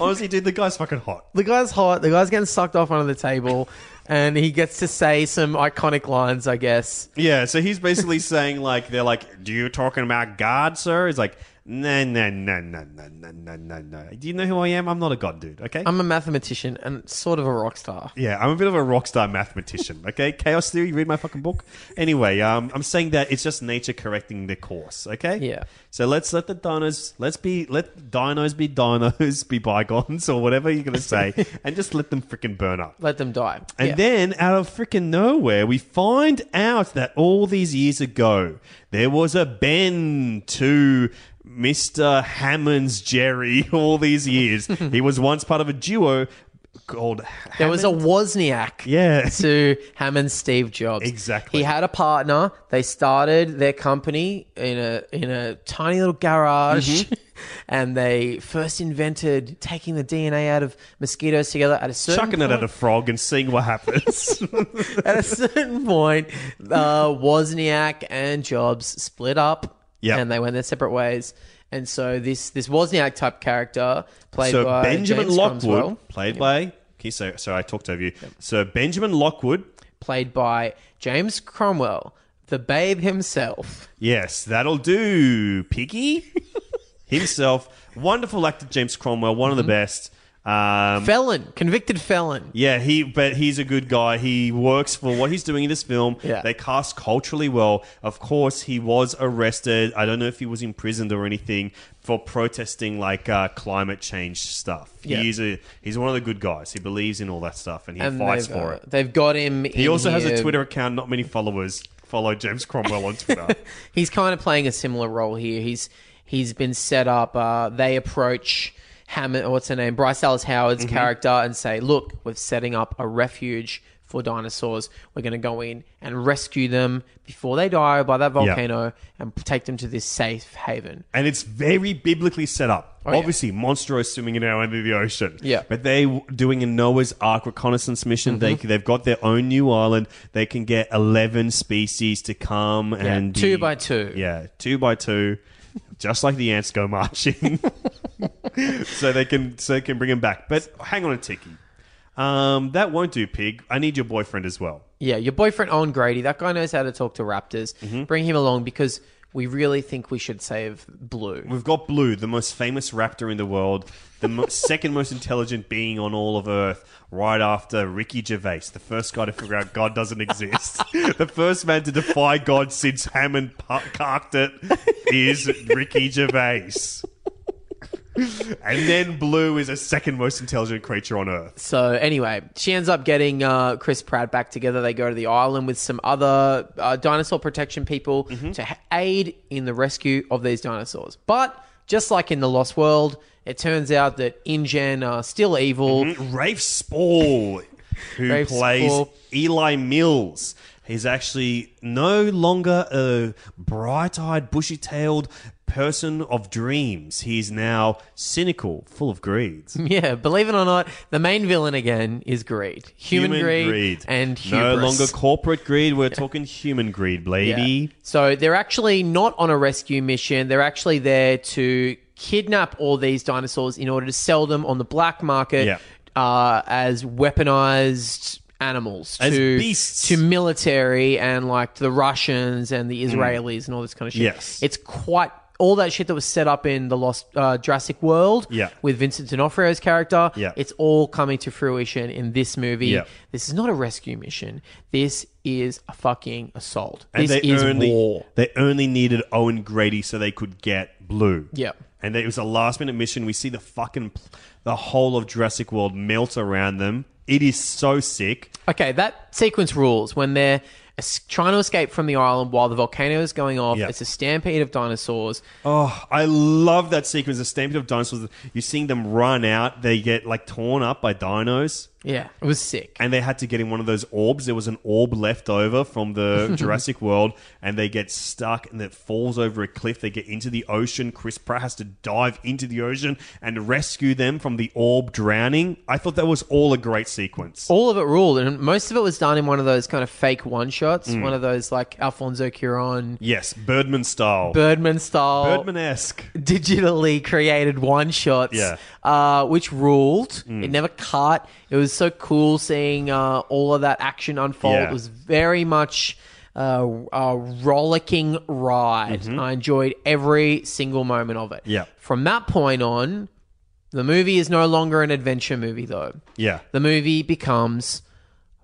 Honestly, dude, the guy's fucking hot.
The guy's hot. The guy's getting sucked off under the table, and he gets to say some iconic lines, I guess.
Yeah, so he's basically [laughs] saying like they're like, "Do you talking about God, sir?" He's like, "No, no, no, no, no, no, no, no, no. Do you know who I am? I'm not a god, dude. Okay."
I'm a mathematician and sort of a rock star.
yeah, I'm a bit of a rock
[laughs]
star mathematician. Okay, chaos theory. Read my fucking book. Anyway, um, I'm saying that it's just nature correcting the course. Okay.
Yeah.
So let's let the dinos. Let's be let dinos be dinos, [laughs] be bygones or whatever you're
[laughs]
gonna say, and just let them freaking burn up.
Let them die.
And
Yeah.
then, out of freaking nowhere, we find out that all these years ago, there was a Ben to Mr. Hammond's Jerry [laughs] all
[laughs]
these years. he was once part of a duo called Hammond.
there was a Wozniak.
Yeah.
To Hammond Steve Jobs.
Exactly.
He had a partner. They started their company in a in a tiny little garage.
Mm-hmm.
[laughs] And they first invented taking the DNA out of mosquitoes together at a certain
chucking it
point-
at a frog and seeing what happens.
at a certain point, uh, Wozniak and Jobs split up,
Yep.
and they went their separate ways. And so this this Wozniak type character, [laughs]
[laughs]
played
so
by
Benjamin
James
Lockwood,
Cromwell,
played by. Okay, so, sorry, I talked over you. So Benjamin Lockwood,
played by James Cromwell, the Babe himself.
Yes, that'll do, Piggy.
[laughs]
Himself, wonderful actor James Cromwell, one of
Mm-hmm.
the best. Um,
Felon, convicted felon.
yeah, he but he's a good guy. He works for what he's doing in this film.
Yeah.
They cast culturally well. Of course, he was arrested. I don't know if he was imprisoned or anything for protesting like uh, climate change stuff.
Yeah.
He is a he's one of the good guys. He believes in all that stuff and he
And
fights
they've,
for
uh,
it.
they've got him.
He also has a Twitter account. Not many followers follow James Cromwell
[laughs]
on Twitter.
He's kind of playing a similar role here. He's he's been set up. Uh, they approach Hammond, what's her name, Bryce Dallas Howard's character, and say, "Look, we're setting up a refuge for dinosaurs. We're going to go in and rescue them before they die by that volcano and take them to this safe haven.
And it's very biblically set up.
Oh, yeah.
Obviously, Monstro is swimming in our end of the ocean.
Yeah.
But they w- doing a Noah's Ark reconnaissance mission. They,
Mm-hmm.
they've got their own new island. They can get 11 species to come and.
two
be-
by two.
Yeah, two by two. Just like the ants go marching. [laughs] so they can so they can bring him back. But hang on a ticky. Um, that won't do, pig. I need your boyfriend as well.
Yeah, your boyfriend Owen Grady, that guy knows how to talk to raptors. Bring him along because we really think we should save Blue.
We've got Blue, the most famous raptor in the world, the mo- second most intelligent being on all of Earth, right after Ricky Gervais, the first guy to figure out God doesn't exist. the first man to defy God since Hammond pa- carked it is Ricky Gervais. and then Blue is the second most intelligent creature on Earth.
So anyway, she ends up getting uh, Chris Pratt back together. They go to the island with some other uh, dinosaur protection people to h- aid in the rescue of these dinosaurs. But just like in the Lost World, it turns out that InGen are still evil.
Mm-hmm. Rafe Spall, who
Rafe
plays
Spall.
Eli Mills. He's actually no longer a bright eyed, bushy tailed person of dreams. He's now cynical, full of greed.
[laughs] Yeah, believe it or not, the main villain again is greed, human, greed, and hubris.
No longer corporate greed. We're talking human greed,
Yeah.
lady.
So they're actually not on a rescue mission. They're actually there to kidnap all these dinosaurs in order to sell them on the black market
Yeah.
uh, as weaponized animals
As
to
beasts.
to military and like to the Russians and the Israelis and all this kind of shit.
Mm. Yes.
It's quite all that shit that was set up in the Lost uh, Jurassic World
Yeah.
with Vincent D'Onofrio's character.
Yeah.
It's all coming to fruition in this movie.
Yeah.
This is not a rescue mission. This is a fucking assault
And
this
they
is
only
war.
they only needed Owen Grady so they could get Blue.
Yep.
And it was a last minute mission. We see the fucking pl- the whole of Jurassic World melt around them. It is so sick.
Okay, that sequence rules when they're es- trying to escape from the island while the volcano is going off.
Yeah.
It's a stampede of dinosaurs.
Oh, I love that sequence. The stampede of dinosaurs. You're seeing them run out. They get like torn up by dinos,
Yeah, it was sick.
and they had to get in one of those orbs. There was an orb left over from
[laughs]
the Jurassic World, and they get stuck, and it falls over a cliff. They get into the ocean. Chris Pratt has to dive into the ocean and rescue them from the orb drowning. I thought that was all a great sequence.
all of it ruled, and most of it was done in one of those kind of fake one shots,
Mm.
one of those like Alfonso Cuaron,
Yes, Birdman style.
Birdman style.
Birdman esque.
digitally created one shots,
Yeah. Mm.
uh, which ruled. It never cut. It was so cool seeing uh, all of that action unfold.
Yeah.
It was very much uh, a rollicking ride. I enjoyed every single moment of it.
Mm-hmm. Yeah.
From that point on, the movie is no longer an adventure movie, though.
Yeah.
The movie becomes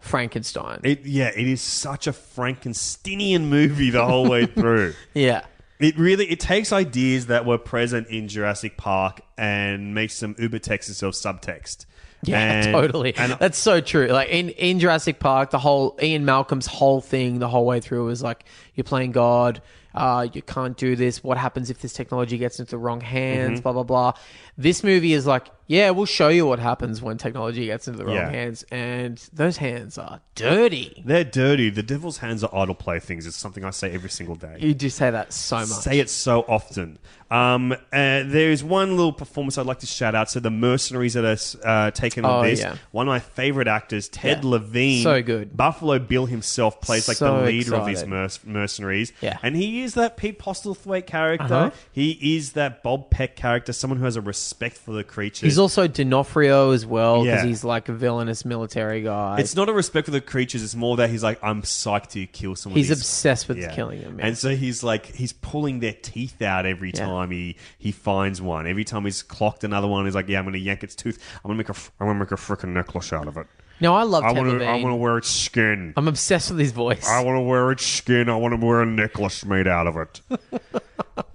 Frankenstein.
It, yeah, it is such a Frankensteinian movie the whole
[laughs]
way through.
yeah.
It really it takes ideas that were present in Jurassic Park and makes them uber text instead of subtext.
Yeah, [laughs]
And-
totally.
And
That's so true. Like in, in Jurassic Park, the whole Ian Malcolm's whole thing, the whole way through was like, you're playing God, uh, you can't do this. What happens if this technology gets into the wrong
Mm-hmm.
hands? Blah blah blah. This movie is like, yeah, we'll show you what happens when technology gets into the wrong
Yeah.
hands, and those hands are dirty.
they're dirty. The devil's hands are idle playthings. It's something I say every single day.
You do say that so much.
say it so often. Um, uh, there is one little performance I'd like to shout out. So the mercenaries that are uh, taken on
Oh,
this.
yeah.
One of my favorite actors, Ted
Yeah.
Levine.
So good.
Buffalo Bill himself plays like
So
the leader of these
excited.
merc- mercenaries.
Yeah.
and he is that Pete Postlethwaite character.
Uh-huh.
He is that Bob Peck character. Someone who has a respect for the creatures.
He's also D'Onofrio as well because
Yeah.
he's like a villainous military guy.
It's not a respect for the creatures. It's more that he's like, I'm psyched to kill someone.
He's obsessed with killing them, yeah.
And so he's like, he's pulling their teeth out every
Yeah.
time he he finds one. Every time he's clocked another one, he's like, yeah, I'm going to yank its tooth. I'm going to make a, f- I'm going to make a freaking necklace out of it.
no, I love
I
Ted
want to,
Levine.
I want to wear its skin.
I'm obsessed with his voice.
I want to wear its skin. I want to wear a necklace made out of it.
Uh,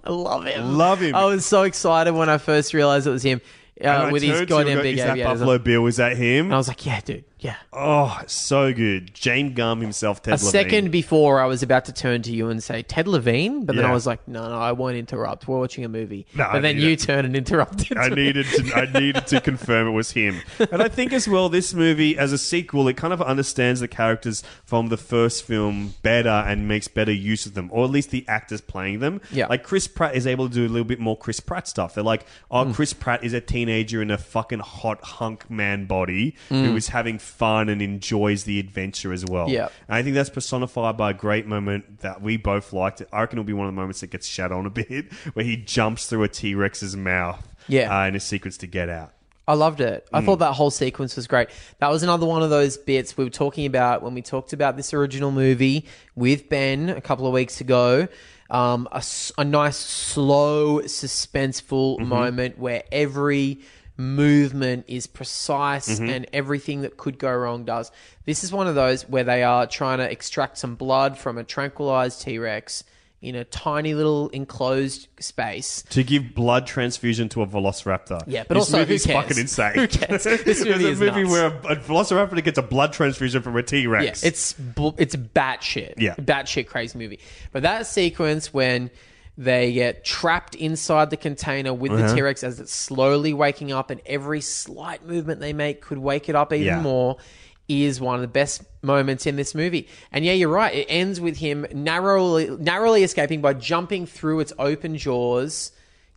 I love him.
Love him.
I was so excited when I first realized it was him uh,
And I
with his
turned to him
goddamn
and go,
big
Is that
aviators. Oh.
Buffalo Bill? Is that him?
And I was like, yeah, dude, Yeah.
Oh, so good. Jane Gum himself, Ted
A
Levine.
second before, I was about to turn to you and say Ted Levine, but then
Yeah.
I was like, no, no, I won't interrupt. We're watching a movie.
No, I
but then
need
you
it.
turn and interrupted.
I needed to I needed to confirm it was him. And I think as well this movie as a sequel it kind of understands the characters from the first film better and makes better use of them or at least the actors playing them.
Yeah.
Like Chris Pratt is able to do a little bit more Chris Pratt stuff. They're like, "Oh,
Hmm.
Chris Pratt is a teenager in a fucking hot hunk man body
Hmm.
who is having fun and enjoys the adventure as well."
Yeah.
And I think that's personified by a great moment that we both liked. I reckon it'll be one of the moments that gets shat on a [laughs] bit, where he jumps through a T Rex's mouth.
Yeah.
Uh, in a sequence to get out.
I loved it. I thought that whole sequence was great. That was another one of those bits we were talking about when we talked about this original movie with Ben a couple of weeks ago. Um, a, s- a nice, slow, suspenseful moment where every movement is precise and everything that could go wrong does. This is one of those where they are trying to extract some blood from a tranquilized T Rex in a tiny little enclosed space.
To give blood transfusion to a velociraptor.
Yeah, but
this
also, who
movie's
cares?
fucking
[laughs]
insane.
Who cares? This
[laughs] There's
movie
a
is
movie
nuts.
where a, a velociraptor gets a blood transfusion from a T
Yeah,
Rex.
it's bl- it's batshit.
Yeah.
batshit crazy movie. But that sequence when they get trapped inside the container with
Uh-huh.
the T Rex as it's slowly waking up, and every slight movement they make could wake it up even
Yeah.
more. Is one of the best moments in this movie, and yeah, you're right. It ends with him narrowly narrowly escaping by jumping through its open jaws,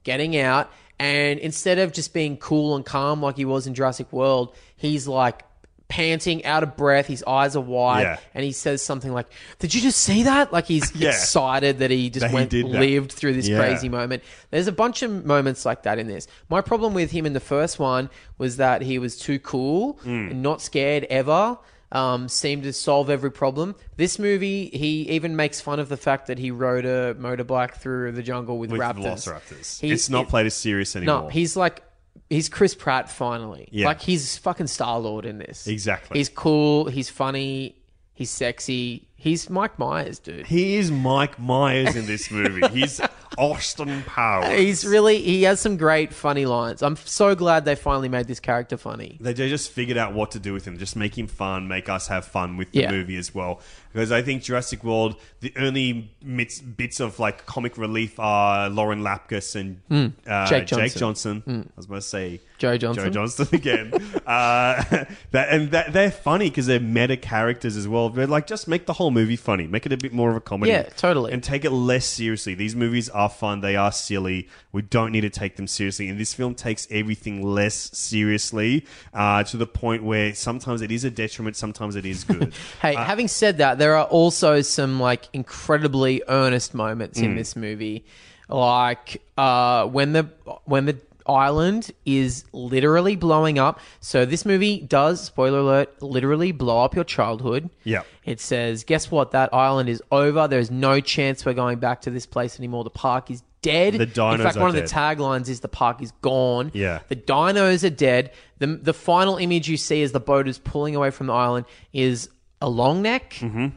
getting out, and instead of just being cool and calm like he was in Jurassic World, he's like panting, out of breath. His eyes are wide,
Yeah.
and he says something like, "Did you just see that?" Like he's
[laughs] Yeah.
excited that he just
That he
went
did that.
lived through this
Yeah.
crazy moment. There's a bunch of moments like that in this. My problem with him in the first one was that he was too cool
Mm.
and not scared ever. Um, seemed to solve every problem. This movie, he even makes fun of the fact that he rode a motorbike through the jungle with,
with
raptors.
velociraptors.
He-
it's not
it-
played as serious anymore.
no, he's like he's Chris Pratt finally.
Yeah.
Like he's fucking Star Lord in this.
Exactly.
He's cool, he's funny, he's sexy. He's Mike Myers, dude.
he is Mike Myers in this movie.
[laughs]
He's Austin Powers.
He's really he has some great funny lines. I'm so glad they finally made this character funny.
they they just figured out what to do with him. Just make him fun, make us have fun with the
Yeah.
movie as well. Because I think Jurassic World, the only bits, bits of like comic relief are Lauren Lapkus and uh,
Hmm. Jake
Jake Johnson.
Johnson. Hmm.
I was going to say
Joe Johnson.
Joe Johnston
[laughs]
again. uh, [laughs] that, and that, they're funny because they're meta characters as well. They're like, just make the whole movie funny. Make it a bit more of a comedy.
Yeah, totally.
And take it less seriously. These movies are fun. They are silly. We don't need to take them seriously. And this film takes everything less seriously uh, to the point where sometimes it is a detriment, sometimes it
[laughs]
is good.
Hey, having said that, there are also some like incredibly earnest moments
Hmm.
in this movie, like uh, when the when the island is literally blowing up. So this movie does, spoiler alert, literally blow up your childhood.
Yeah.
It says, guess what? That island is over. There is no chance we're going back to this place anymore. The park is dead.
The dinos
In fact,
are
one
dead.
of the taglines is the park is gone.
Yeah.
The dinos are dead. The, the final image you see as the boat is pulling away from the island is a long neck
Mm-hmm.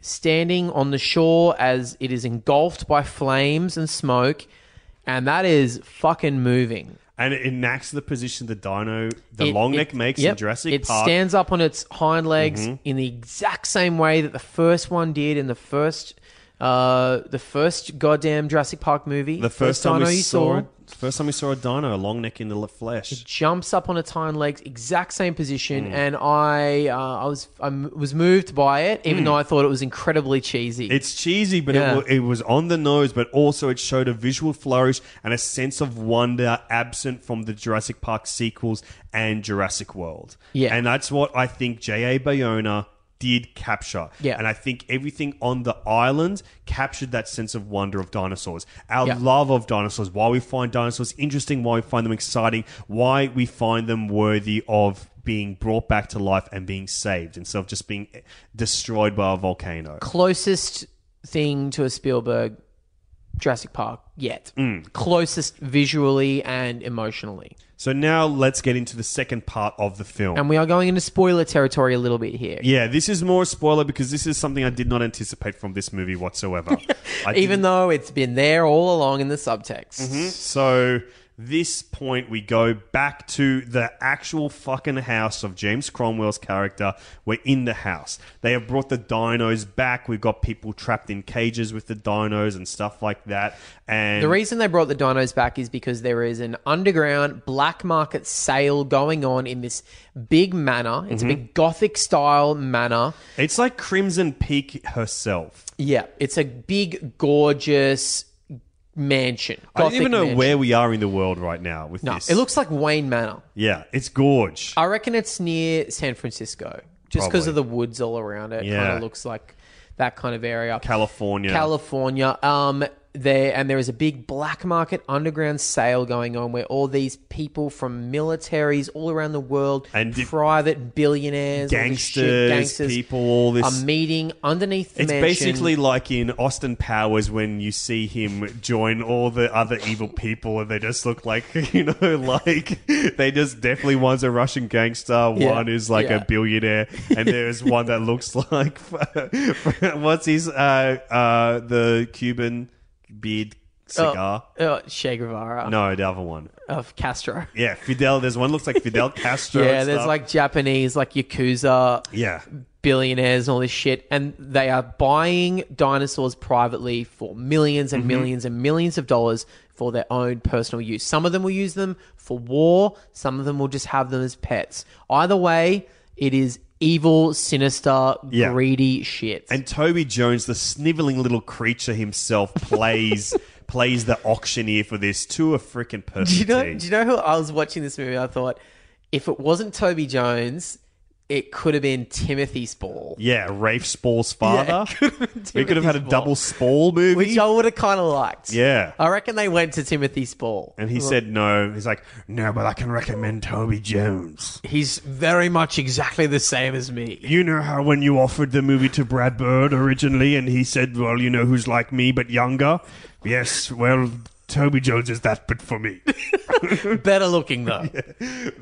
standing on the shore as it is engulfed by flames and smoke. And that is fucking moving.
and it enacts the position the dino, the
It-
long
it-
neck makes in
yep.
Jurassic
It
Park. Mm-hmm.
stands up on its hind legs in the exact same way that the first one did in the first, uh, the first goddamn Jurassic Park movie.
the first, time
dino
we saw, first time we saw a dino, a long neck in the le- flesh.
jumps up on its hind legs, exact same position, and I, uh, I was, I m- was moved by it, even though I thought it was incredibly cheesy.
It's cheesy, but
Yeah.
it, w- it was on the nose, but also it showed a visual flourish and a sense of wonder absent from the Jurassic Park sequels and Jurassic World.
Yeah.
And that's what I think J.A. Bayona did capture.
Yeah.
And I think everything on the island captured that sense of wonder of dinosaurs. Our
Yeah.
love of dinosaurs, why we find dinosaurs interesting, why we find them exciting, why we find them worthy of being brought back to life and being saved instead of just being destroyed by a volcano.
closest thing to a Spielberg Jurassic Park yet. Closest visually and emotionally.
So now let's get into the second part of the film.
And we are going into spoiler territory a little bit here.
yeah, this is more a spoiler because this is something I did not anticipate from this
[laughs]
movie whatsoever. I
Even
didn't-
though it's been there all along in the subtext.
so this point, we go back to the actual fucking house of James Cromwell's character. We're in the house. They have brought the dinos back. We've got people trapped in cages with the dinos and stuff like that. And
The reason they brought the dinos back is because there is an underground black market sale going on in this big manor. It's a
Mm-hmm.
big gothic style manor.
it's like Crimson Peak herself.
Yeah, it's a big, gorgeous mansion.
I don't even
Gothic
know
mansion.
where we are in the world right now with
No,
this.
it looks like Wayne Manor.
yeah, it's gorge.
I reckon it's near San Francisco, just because
Probably.
of the woods all around it.
Yeah.
Kind of looks like that kind of area.
California.
California. Um, there and there is a big black market underground sale going on where all these people from militaries all around the world
And di-
private billionaires, all this shit,
Gangsters, people, all this-
are meeting underneath. The
It's
mansion.
basically like in Austin Powers when you see him join all the other evil people and they just look like, [laughs] you know, like they just definitely one's a Russian gangster,
Yeah,
one is like
yeah.
a billionaire, and there's one that looks [laughs] like what's his uh uh the Cuban
Oh.
beard cigar?
uh, Che Guevara
No, the other one.
of Castro.
Yeah, Fidel. There's one looks like
[laughs]
Fidel Castro.
Yeah,
and
there's
stuff.
like Japanese, like Yakuza
yeah,
billionaires and all this shit, and they are buying dinosaurs privately for millions
Mm-hmm.
and millions and millions of dollars for their own personal use. Some of them will use them for war, some of them will just have them as pets. Either way, it is evil, sinister,
Yeah.
greedy shit.
and Toby Jones, the sniveling little creature
[laughs]
himself, plays plays the auctioneer for this to a freaking
do you
perfect
know?
tee.
Do you know who I was watching this movie? I thought if it wasn't Toby Jones, it could have been Timothy Spall.
yeah, Rafe Spall's father.
[laughs]
we could have had a
Spall.
double Spall movie.
Which I would have kind of liked.
Yeah.
I reckon they went to Timothy Spall.
and he said no. He's like, no, but I can recommend Toby Jones.
He's very much exactly the same as me.
You know how when you offered the movie to Brad Bird originally, and he said, well, you know who's like me but younger? Yes, well, Toby Jones is that, but
[laughs]
for me.
Better looking
[laughs]
though.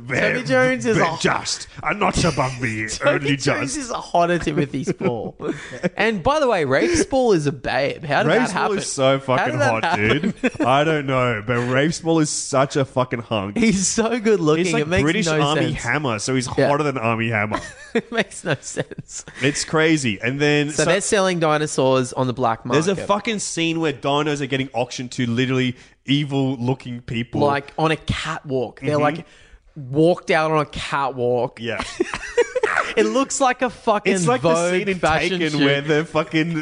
Toby
Jones is a-
just a notch above me,
[laughs] Toby Jones is a hotter Timothy Spall.
[laughs]
and by the way, Rafe Spall is a babe. How did that
Rafe Spall
happen?
is so
How
fucking
did that
hot,
happen?
dude. I don't know, but Rafe Spall is such a fucking
[laughs]
hunk.
He's so good looking.
He's like
it makes
British
no
Army
sense.
Hammer, so he's
Yeah.
hotter than Army Hammer.
[laughs] it makes no sense.
it's crazy. And then
So,
so-
they're selling dinosaurs on the black market.
there's a fucking scene where dinos are getting auctioned to literally evil-looking people.
like on a catwalk. They're like walked out on a catwalk.
Mm-hmm. yeah.
[laughs] It looks like a fucking
It's like
Vogue
the scene in
fashion
Taken
shoot.
where the
[laughs]
fucking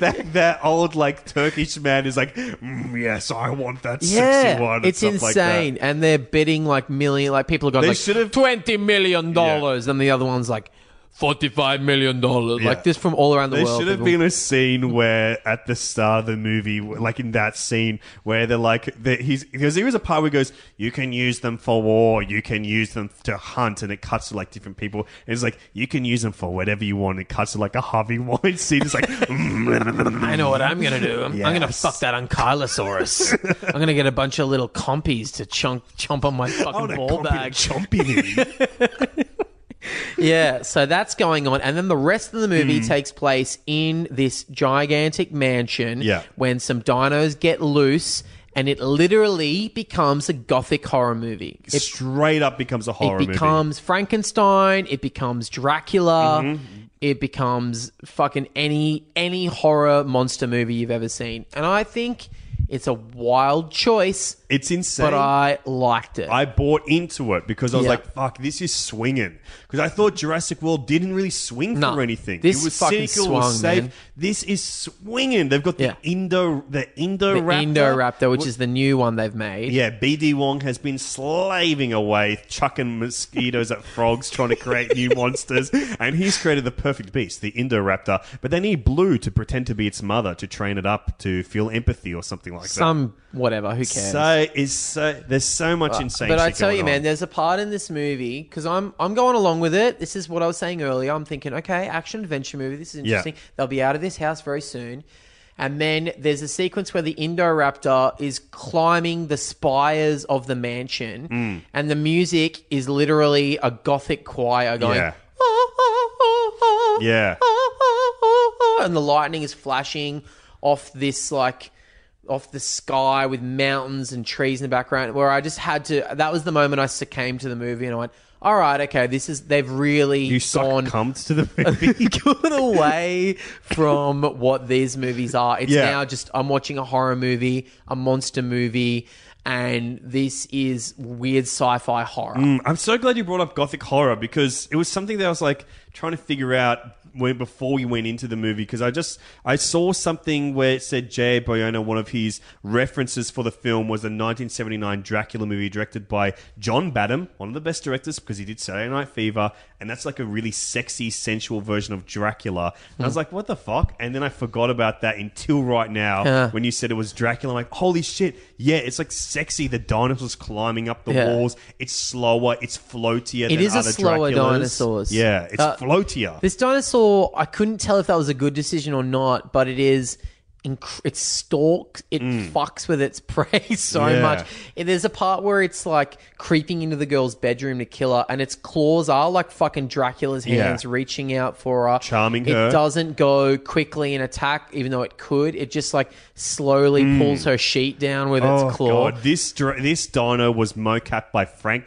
that, that old like Turkish man is like, "Mm, yes, I want that sixty one.
it's
and stuff Like that.
insane, and they're bidding like million. Like people are going
They
like
should've-
twenty million dollars, and the other one's like forty-five million dollars.
Yeah.
Like this from all around the
There
world.
should have
people-
been a scene where, at the start of the movie, like in that scene, where they're like, they he's because there is a part where he goes, "You can use them for war, you can use them to hunt," and it cuts to like different people. And it's like, "You can use them for whatever you want." It cuts to like a Harvey [laughs] Weinstein. It's like,
I know what I'm gonna do. I'm, I'm gonna
Yes.
fuck that Ankylosaurus. I'm gonna get a bunch of little compies to chunk chomp
[laughs]
on my
Oh,
fucking
that
ball
[laughs]
bag.
chompy me.
Yeah, so that's going on, and then the rest of the
Hmm.
movie takes place in this gigantic mansion.
Yeah.
when some dinos get loose, and it literally becomes a gothic horror movie. [laughs] It
Straight up becomes a horror
it
movie.
becomes Frankenstein. It becomes Dracula.
Mm-hmm.
It becomes fucking any any horror monster movie you've ever seen. And I think it's a wild choice,
It's insane.
but I liked it.
I bought into it because I was
Yeah.
like, "Fuck, this is swinging." Because I thought Jurassic World didn't really swing
No.
for anything.
This
it was
fucking
cynical, it was
swung,
safe.
man.
This is swinging. They've got the
Yeah.
Indo, the Indo,
the Indoraptor, which is the new one they've made.
yeah, BD Wong has been slaving away, chucking mosquitoes at frogs, trying to
[laughs]
create new monsters, and he's created the perfect beast, the Indoraptor. But then he blew to pretend to be its mother to train it up to feel empathy or something like
Some whatever, who
that.
cares?
So is so. There's so much insane.
Uh, But I
shit
tell
going
you, man,
on.
there's a part in this movie because I'm I'm going along with it. This is what I was saying earlier. I'm thinking, okay, action adventure movie. This is
Yeah.
interesting. They'll be out of this house very soon. And then there's a sequence where the Indoraptor is climbing the spires of the mansion,
Mm.
and the music is literally a gothic choir going. "Ah, "Ah-ah-ah-ah,
Yeah. Yeah.
[laughs] ah-ah-ah-ah," And the lightning is flashing off this like off the sky with mountains and trees in the background where I just had to that was the moment I succumbed to the movie and I went, All right, okay, this is they've really
You
gone
succumbed to the [laughs] movie.
[laughs] gone away from what these movies are. It's
Yeah.
now just I'm watching a horror movie, a monster movie, and this is weird sci-fi horror.
Um, I'm so glad you brought up gothic horror because it was something that I was like trying to figure out when before we went into the movie because I just I saw something where it said J. Boyona one of his references for the film was the 1979 Dracula movie directed by John Badham, one of the best directors because he did Saturday Night Fever, and that's like a really sexy, sensual version of Dracula. And I was like, what the fuck? And then I forgot about that until right now when you said it was Dracula. I'm like, holy shit, yeah, it's like sexy. The dinosaurs climbing up the
Yeah.
walls. It's slower. It's floatier.
It
than
is a
other
slower
Draculas.
dinosaurs.
Yeah, it's
Uh,
floatier.
This dinosaur, I couldn't tell if that was a good decision or not, but it is. Inc- it stalks. It fucks with its [laughs] prey so
Mm. Yeah.
much. And there's a part where it's like creeping into the girl's bedroom to kill her, and its claws are like fucking Dracula's
Yeah.
hands reaching out for her,
Charming
it
her.
doesn't go quickly and attack, even though it could. It just like slowly pulls her sheet down with
Mm. Oh
its claw.
god, this dra- this dino was mocapped by Frank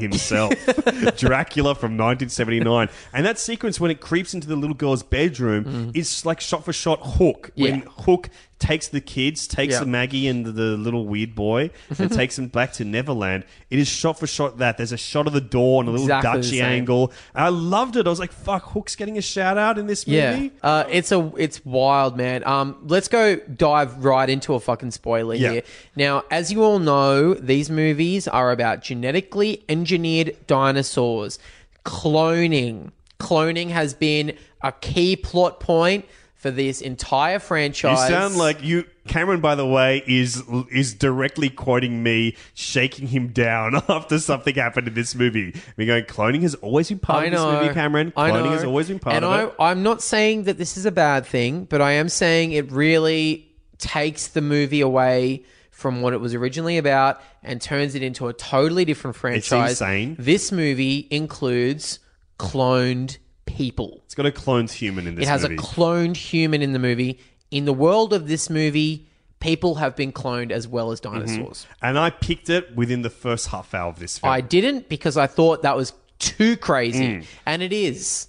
[laughs]
himself, Dracula from 1979, and that sequence when it creeps into the little girl's bedroom is like shot for shot Hook when
Mm. Yeah.
Hook takes the kids, takes
Yeah.
Maggie and the, the little weird boy,
[laughs]
and takes them back to Neverland. It is shot for shot that there's a shot of the door and a little
Exactly the
Dutchy
same.
angle. I loved it. I was like, fuck, Hook's getting a shout out in this movie.
Yeah, uh, it's a it's wild, man. Um, let's go dive right into a fucking spoiler
Yeah.
here. Now, as you all know, these movies are about genetically engineered dinosaurs. Cloning, cloning has been a key plot point for this entire
You
franchise.
sound like you, Cameron. By the way, is is directly quoting me, shaking him down [laughs] after something happened in this movie. We're going. Cloning has always been part
I
of this
know.
movie, Cameron.
I
Cloning
know.
has always been part
and
of
I,
it.
I'm not saying that this is a bad thing, but I am saying it really takes the movie away from what it was originally about and turns it into a totally different franchise.
insane.
This movie includes cloned people.
It's got a cloned human in this.
It has
movie.
a cloned human in the movie. In the world of this movie, people have been cloned as well as dinosaurs.
and I picked it within the first half hour of this film.
I didn't because I thought that was too crazy. And it is.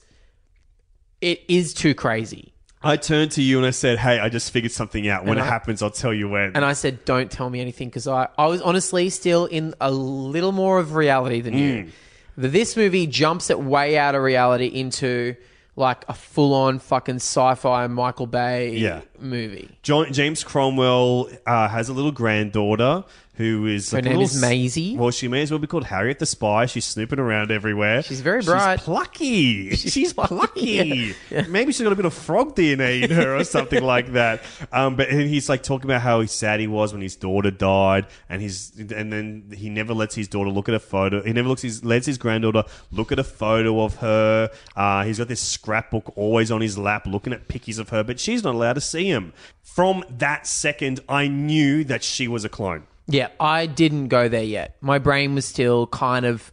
It is too crazy.
I turned to you and I said, "Hey, I just figured something out. When
And
it
I-
happens, I'll tell you when."
And I said, don't tell me anything because I, I was honestly still in a little more of reality than you. That This movie jumps it way out of reality into like a full on fucking sci fi Michael Bay
Yeah.
movie.
John, James Cromwell uh, has a little granddaughter who is. Her like a
name
little
is Maisie.
Well, she may as well be called Harriet the Spy. She's snooping around everywhere.
She's very bright.
She's plucky. [laughs] She's,
plucky.
plucky. Maybe she's got a bit of frog DNA in her or something like that. Um, but and he's like talking about how sad he was when his daughter died, and his and then he never lets his daughter look at a photo. He never looks his lets his granddaughter look at a photo of her. Uh, he's got this scrapbook always on his lap, looking at pictures of her, but she's not allowed to see him. From that second, I knew that she was a clone.
Yeah, I didn't go there yet. My brain was still kind of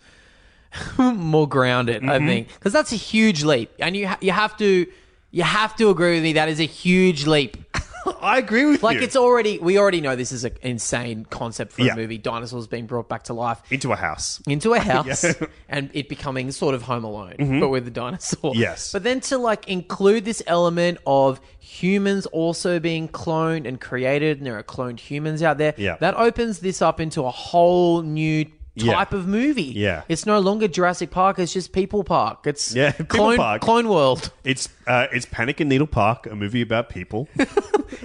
[laughs] more grounded, I
Mm-hmm.
think, because that's a huge leap, and you ha- you have to you have to agree with me. That is a huge leap.
[laughs] I agree with
Like
you.
it's already we already know this is an insane concept for
Yeah.
a movie. Dinosaurs being brought back to life
into a house. [laughs]
into a house and it becoming sort of Home Alone, but with a dinosaur.
Mm-hmm. Yes.
But then to like include this element of humans also being cloned and created, and there are cloned humans out there.
Yeah.
That opens this up into a whole new
Yeah.
type of movie.
Yeah.
It's no longer Jurassic Park. It's just People Park. It's
Yeah, [laughs] People
Clone
Park.
Clone World.
It's uh, it's Panic in Needle Park, a movie about people.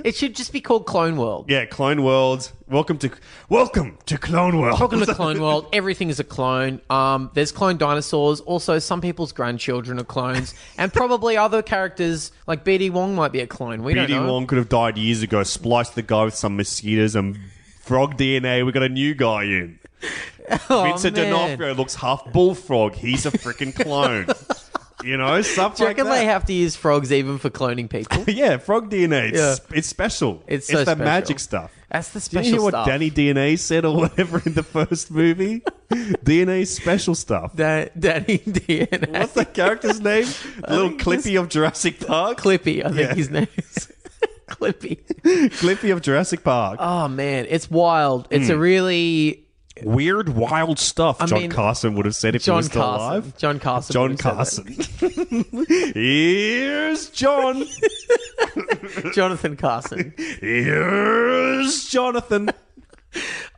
It should just be called Clone World.
yeah, Clone World. Welcome to welcome to Clone World.
Welcome
[laughs]
to Clone World. Everything is a clone. Um, there's clone dinosaurs. Also, some people's grandchildren are clones, and probably other characters like BD Wong might be a clone. We don't
BD
know. [laughs]
Wong could have died years ago. Spliced the guy with some mosquitoes and frog DNA. We got a new guy in. Vincent
Oh, man.
D'Onofrio looks half bullfrog. He's a freaking
[laughs]
clone. you know, stuff
Do you
like
reckon
that.
they have to use frogs even for cloning
[laughs]
people?
yeah, frog DNA. It's,
Yeah.
it's special.
It's so
that
special.
magic stuff.
That's the
Did you hear
special
what
stuff.
Danny DNA said or whatever in the first movie? DNA special stuff.
Da- Danny [laughs] DNA. [laughs]
What's that character's name? The little
think just-
Clippy of Jurassic Park.
Clippy, I think
Yeah.
his name is. [laughs] Clippy.
Clippy of Jurassic Park.
Oh man, it's wild. It's
Hmm.
a really
Weird, wild stuff. John
mean-
Carson would have said if he
John
was still
Carson.
alive.
John Carson.
John
would have said
Carson. [laughs] Here's John.
that. [laughs] Jonathan Carson.
Here's
[laughs]
Jonathan.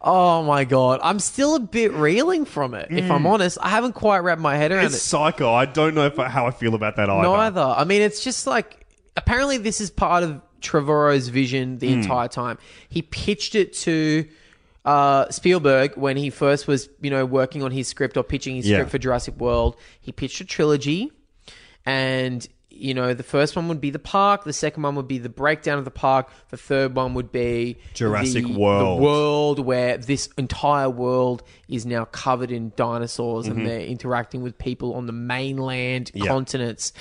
Oh my god, I'm still a bit reeling from it. If I'm honest, I haven't quite wrapped my head around
Mm. It's
it.
psycho. I don't know if, how I feel about that either.
Neither. I mean, it's just like apparently this is part of Trevorrow's vision
Mm.
the entire time. He pitched it to uh, Spielberg when he first was, you know, working on his script or pitching his
Yeah.
script for Jurassic World. He pitched a trilogy, and you know, the first one would be the park. The second one would be the breakdown of the park. The third one would be
Jurassic
the-
World.
The world where this entire world is now covered in dinosaurs and they're interacting with people on the mainland
Mm-hmm. Yeah.
continents,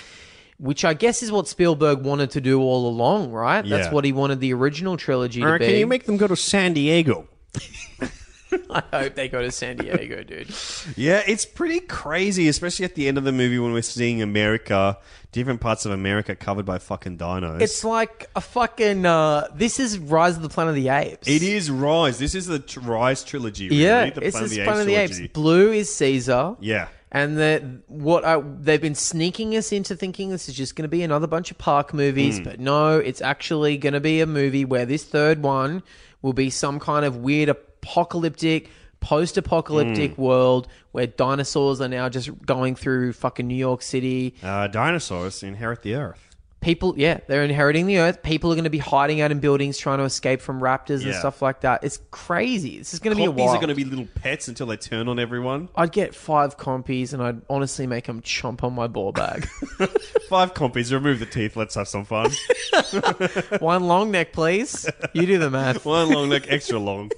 which I guess is what Spielberg wanted to do all along, right?
Yeah.
That's what he wanted the original trilogy to
All right,
be.
can you make them go to San Diego?
[laughs] I hope they go to San Diego, dude.
Yeah, it's pretty crazy, especially at the end of the movie when we're seeing America, different parts of America covered by fucking dinos.
It's like a fucking. Uh, this is Rise of the Planet of the Apes.
It is Rise. This is the t- Rise trilogy. Really.
Yeah,
the
it's
Planet
this Planet of the Apes.
trilogy.
Blue is Caesar.
Yeah.
And the, what I, they've been sneaking us into thinking this is just going to be another bunch of park movies,
Hmm.
but no, it's actually going to be a movie where this third one will be some kind of weird apocalyptic, post
Hmm.
apocalyptic world where dinosaurs are now just going through fucking New York City.
Uh, dinosaurs inherit the earth.
People, yeah, they're inheriting the earth. People are going to be hiding out in buildings trying to escape from raptors and
Yeah.
stuff like that. It's crazy. This is going to be a
Poppies
wild.
are going to be little pets until they turn on everyone. [laughs]
I'd get five compies and I'd honestly make them chomp on my ball
[laughs]
bag.
Five compies, remove the teeth. Let's have
[laughs]
some fun.
One long neck, please. You do the math.
One long neck,
[laughs]
extra long.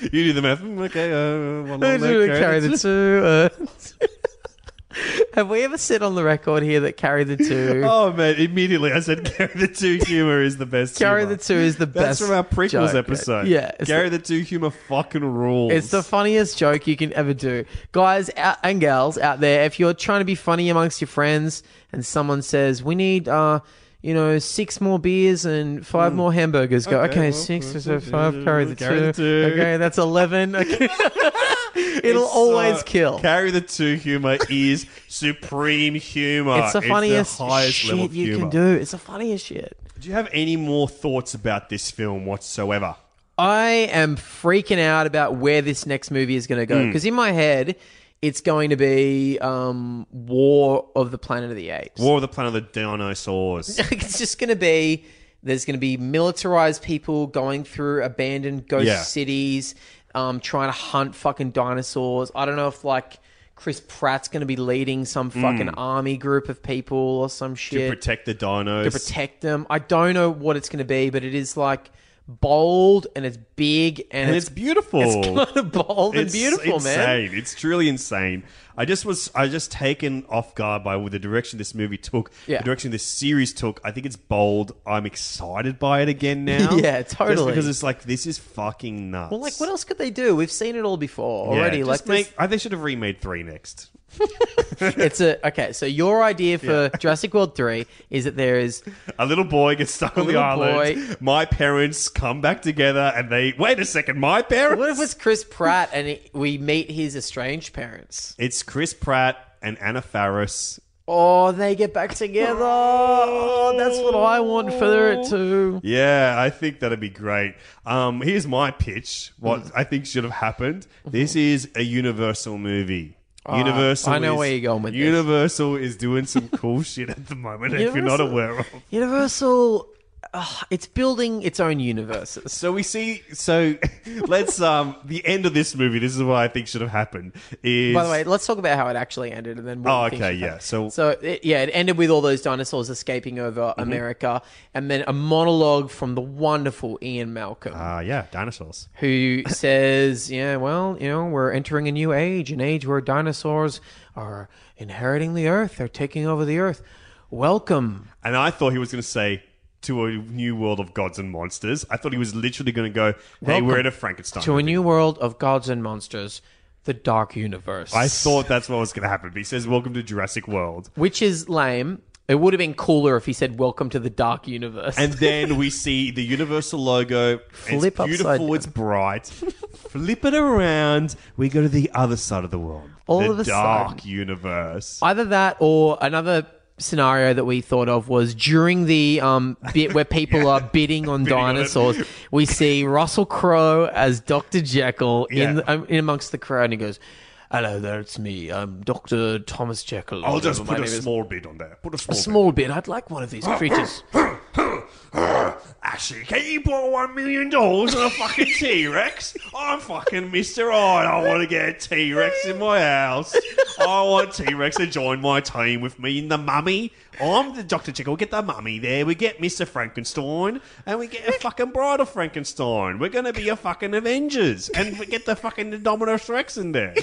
you do the math. Mm, Okay, uh, one long neck.
carry
carry
the two. uh, [laughs] Have we ever said on the record here that carry the two?
Oh man! Immediately, I said carry the two humor is the best.
carry
humor.
the two is the
That's
best.
from our prequels
joke.
episode.
Yeah, it's
carry
the,
the, two humor fucking rules.
it's the funniest joke you can ever do, guys out, and gals out there. If you're trying to be funny amongst your friends and someone says, "We need," uh, you know, six more beers and five more hamburgers. Go, okay,
Hmm. well,
six,
well,
so
so
five, carry the
carry the
two.
two.
Okay, that's
[laughs]
eleven. Okay. [laughs] It'll
It's uh, so-
always kill.
Carry the two humor is supreme humor.
It's the funniest
highest
shit
level of
you
humor.
can do. It's the funniest shit.
Do you have any more thoughts about this film whatsoever?
I am freaking out about where this next movie is going to
Hmm.
go because in my head, it's going to be um, War of the Planet of the Apes.
War of the Planet of the
[laughs]
Dinosaurs.
it's just going to be there's going to be militarized people going through abandoned ghost
Yeah.
cities, um, trying to hunt fucking dinosaurs. I don't know if like Chris Pratt's going to be leading some fucking army group of people or some shit
Hmm. to protect the dinos.
to protect them. I don't know what it's going to be, but it is like bold and it's big and,
and it's beautiful.
[laughs] It's kind of bold and beautiful,
insane.
man.
It's truly insane. I just was I just taken off guard by the direction this movie took,
Yeah.
the direction this series took. I think it's bold. I'm excited by it again now.
[laughs] Yeah,
Just
totally.
because it's like this is fucking nuts.
Well, like, what else could they do? We've seen it all before
Yeah,
already.
just
like,
make,
this,
I, they should have remade three next.
it's a okay. So your idea for Jurassic World three is that there is
A little boy gets stuck on the
little
island.
boy-
My parents come back together, and they wait a second. My parents.
what if
[laughs]
it's Chris Pratt and he- we meet his estranged parents?
It's Chris Pratt and Anna Faris.
Oh, they get back together. Oh, that's what I want for it
Oh.
too.
Yeah, I think that'd be great. Um, here's my pitch. What
Mm.
I think should have happened. This is a Universal movie. Universal.
Ah, I know
is-
where you're going with this.
Universal is doing some cool [laughs] shit at the moment. If you're not
Universal-
aware of.
Universal, ugh, it's building its own universes.
So we see. So [laughs] let's. Um, the end of this movie. This is what I think should have happened. Is
By the way, let's talk about how it actually ended, and then what
Oh,
we think
okay,
should
yeah.
happen.
So- Mm-hmm.
so it, yeah, it ended with all those dinosaurs escaping over America, and then a monologue from the wonderful Ian Malcolm,
Uh, yeah, dinosaurs.
who [coughs] says, "Yeah, well, you know, we're entering a new age, an age where dinosaurs are inheriting the earth, they're taking over the earth. Welcome."
And I thought he was going to say to a new world of gods and monsters. I thought he was literally going to go, "Hey,
Welcome
we're in a Frankenstein."
to a new world of gods and monsters. the Dark Universe.
I thought that's what was going to happen. But he says, "Welcome to
[laughs]
Jurassic World,"
Which is lame. It would have been cooler if he said, Welcome to the Dark Universe.
and then we see the Universal logo.
Flip
it's
upside
beautiful.
down.
It's bright. Flip it around. We go to the other side of the world.
All
the
of a
dark universe.
Either that or another scenario that we thought of was during the um, bit where people
[laughs]
are bidding on
Bidding on it.
dinosaurs, we see Russell Crowe as Dr. Jekyll
Yeah.
in, the, um, in amongst the crowd, and he goes, Hello there, it's me. I'm Dr. Thomas Jekyll. or
I'll just
whatever my
put a
name is."
small bit on there. Put a small.
A small bit. I'd like one of
[laughs]
these creatures.
bit. Ashley, can you borrow one million dollars on a fucking T Rex? I'm fucking Mr. I. I want to get a T Rex in my house. I want T Rex to join my team with me in the mummy. I'm the Dr. Jekyll. Get the mummy there. We get Mr. Frankenstein and we get a fucking Bride of Frankenstein. We're going to be a fucking Avengers and we get the fucking Indominus Rex in there.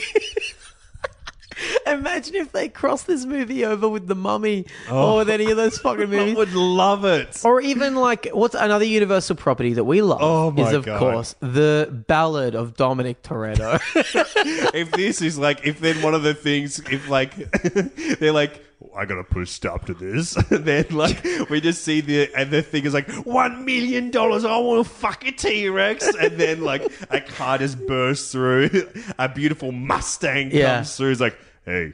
Imagine if they crossed this movie over with The Mummy or with any of those
[laughs]
fucking
I
movies.
Oh. would love it.
Or even like what's another universal property that we love
Oh my
is of
God.
course the ballad of Dominic Toretto.
if this is like, if then one of the things, if like, [laughs] they're like, I gotta put a stop to this. [laughs] then like, we just see the and the thing is like one million dollars. I want to fuck a T Rex, and then like a car just bursts through. [laughs] a beautiful Mustang
Yeah.
comes through. It's like, hey,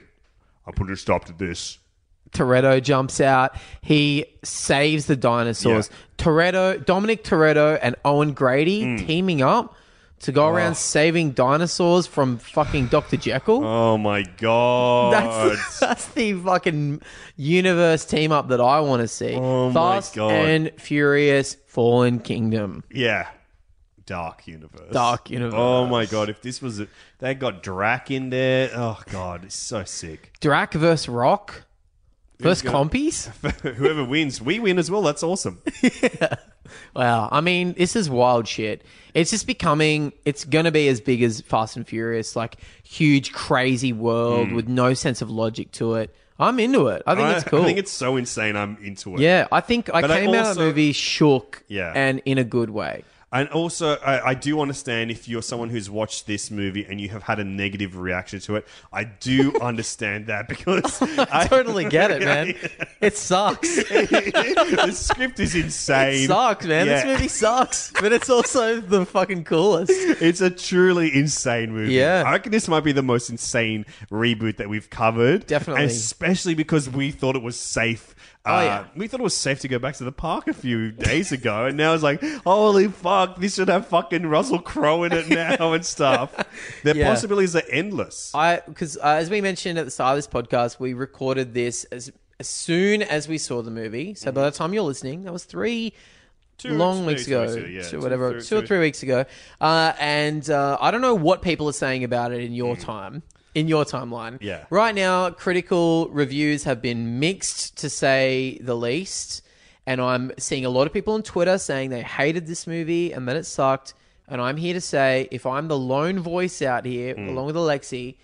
I put a stop to this.
Toretto jumps out, he saves the dinosaurs. Toretto, Dominic Toretto and Owen Grady
Hmm.
teaming up to
Oh.
go around saving dinosaurs from fucking Dr. Jekyll.
Oh my god!
That's, [laughs] that's the fucking universe team up that I want to see.
Oh my
Fast
God.
and Furious Fallen Kingdom.
Yeah. Dark universe.
Dark universe.
Oh my god! If this was, a, they got Drac in there. Oh god, it's so sick.
Drac versus Rock versus
gonna-
Compies.
[laughs] Whoever wins, we win as well.
[laughs]
That's awesome.
Wow. I mean, this is wild shit. It's just becoming, it's going to be as big as Fast and Furious, like huge, crazy world with no sense of logic to it. I'm into it. I think it's cool.
Hmm. I think it's so insane. I'm into it.
yeah, I think I
But I
came out of the
also-
movie shook
Yeah.
and in a good
[laughs]
way.
And also, I, I do understand if you're someone who's watched this movie and you have had a negative reaction to it.
[laughs]
I do understand that because
I totally get it,
Yeah,
man. It sucks.
[laughs] the script is insane.
It sucks, man. This
Yeah.
movie sucks, but it's also the fucking coolest.
It's a truly insane movie.
Yeah.
I reckon this might be the most insane reboot that we've covered.
Definitely.
And especially because we thought it was safe. Oh,
yeah.
We thought it was safe to go back to the park a few days ago. And now it's like, holy fuck, this should have fucking Russell Crowe in it now
[laughs]
and stuff. The
Yeah.
possibilities are endless.
I because uh, as we mentioned at the start of this podcast, we recorded this as as soon as we saw the movie. So
Mm-hmm.
by the time you're listening, that was three.
Two
long weeks
weeks- two
ago,
weeks ago, yeah.
two,
Two,
whatever,
three-
two or
two-
three weeks ago, uh, and uh, I don't know what people are saying about it in your time, in your timeline.
Mm. Yeah.
Right now, critical reviews have been mixed to say the least, and I'm seeing a lot of people on Twitter saying they hated this movie and that it sucked. And I'm here to say, if I'm the lone voice out here,
Mm.
along with Alexi,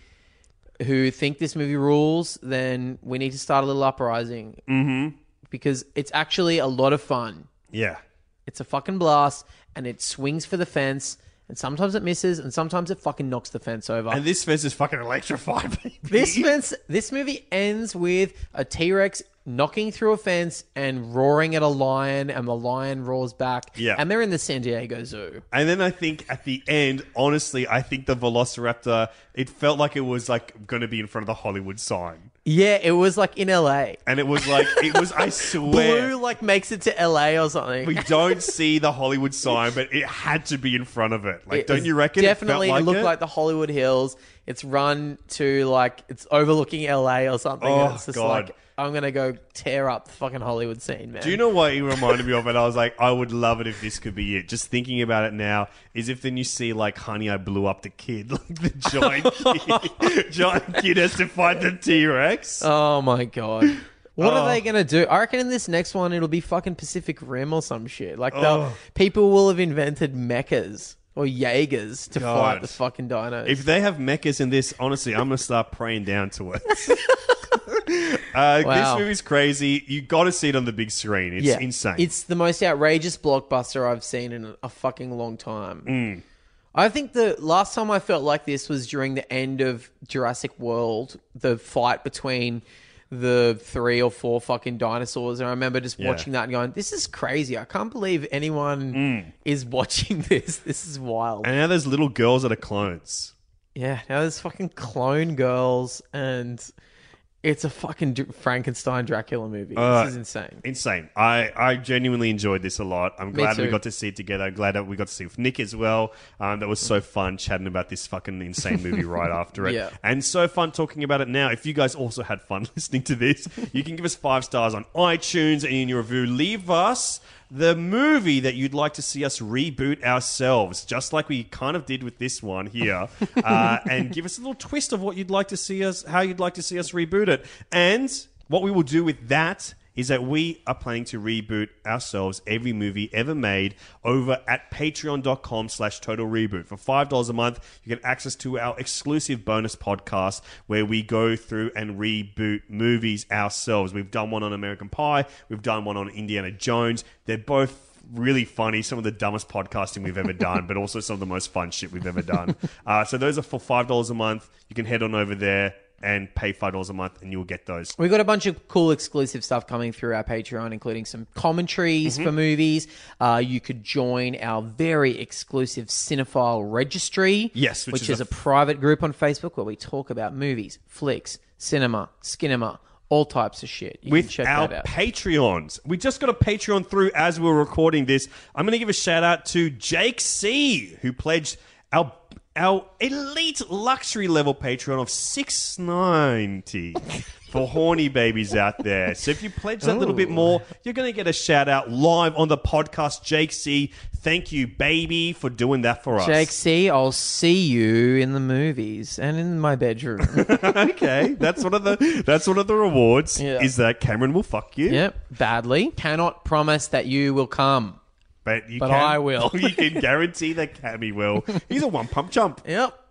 who think this movie rules, then we need to start a little uprising. Mm-hmm. Because it's actually a lot of fun.
yeah.
It's a fucking blast, and it swings for the fence, and sometimes it misses, and sometimes it fucking knocks the fence over.
And this fence is fucking electrified, [laughs] baby.
this fence, this movie ends with a T Rex knocking through a fence and roaring at a lion, and the lion roars back.
Yeah.
and they're in the San Diego Zoo.
And then I think at the end, honestly, I think the Velociraptor, it felt like it was like going to be in front of the Hollywood sign.
Yeah, it was like in L.A.
And it was like, it was, I [laughs] swear.
Blue like makes it to L.A. or something.
We don't see the Hollywood sign, but it had to be in front of it. Like,
It
don't
is
you reckon?
Definitely,
it, felt
it looked like the Hollywood Hills. It's run to like it's overlooking LA or something.
Oh,
and it's just
God.
like I'm gonna go tear up the fucking Hollywood scene, man.
Do you know what it reminded me of? And I was like, I would love it if this could be it. Just thinking about it now is if then you see like, honey, I blew up the kid, [laughs] like the
[laughs]
giant kid, giant kid has to fight the T Rex.
Oh my god. [laughs] What
Oh.
are they gonna do? I reckon in this next one it'll be fucking Pacific Rim or some shit. Like the
Oh.
people will have invented mechas or Jaegers to
God.
fight the fucking dinos.
If they have mechas in this, honestly, I'm gonna start praying down to it. [laughs] uh,
Wow.
This movie's crazy. You got to see it on the big screen. It's insane.
It's the most outrageous blockbuster I've seen in a fucking long time. I think the last time I felt like this was during the end of Jurassic World, the fight between the three or four fucking dinosaurs. And I remember just
Yeah.
watching that and going, this is crazy. I can't believe anyone is [laughs] watching this. This is wild.
Mm. And now there's little girls that are clones.
yeah, now there's fucking clone girls and it's a fucking Dr- Frankenstein Dracula movie.
Uh,
this is insane.
Insane. I, I genuinely enjoyed this a lot. I'm glad we
too.
got to see it together. I'm glad that we got to see it with Nick as well. Um, that was so fun chatting about this fucking insane
[laughs]
movie right after it.
Yeah.
And so fun talking about it now. If you guys also had fun [laughs] listening to this, you can give us five stars on iTunes and in your review, leave us the movie that you'd like to see us reboot ourselves, just like we kind of did with this
[laughs]
one here. uh, and give us a little twist of what you'd like to see us, how you'd like to see us reboot it. And what we will do with that is that we are planning to reboot ourselves every movie ever made over at patreon.com slash total reboot for $5 a month you get access to our exclusive bonus podcast where we go through and reboot movies ourselves we've done one on american pie we've done one on indiana jones they're both really funny, some of the dumbest podcasting we've ever done, but also some of the most fun shit we've ever done. [laughs] Uh, so those are for five dollars a month. You can head on over there and pay five dollars a month, and you'll get those.
We've got a bunch of cool exclusive stuff coming through our Patreon, including some commentaries for movies. Uh, you could join our very exclusive Cinephile Registry.
Yes,
which, is, a, private group on Facebook where we talk about movies, flicks, cinema, skinema, all types of shit. You
with
can check
our
that out.
Patreons. We just got a Patreon through as we we're recording this. I'm going to give a shout out to Jake C, who pledged our our elite luxury level Patreon of six ninety. For horny babies out there. So if you pledge that little bit more, you're going to get a shout out live on the podcast. Jake C, thank you, baby, for doing that for us.
Jake C, I'll see you in the movies and in my bedroom.
[laughs] okay, that's one of the that's one of the rewards.
Yeah.
Is that Cameron will fuck you?
yep, badly. Cannot promise that you will come.
But you
But
can,
I will.
[laughs] you can guarantee that Cammy will. He's a one pump chump.
Yep.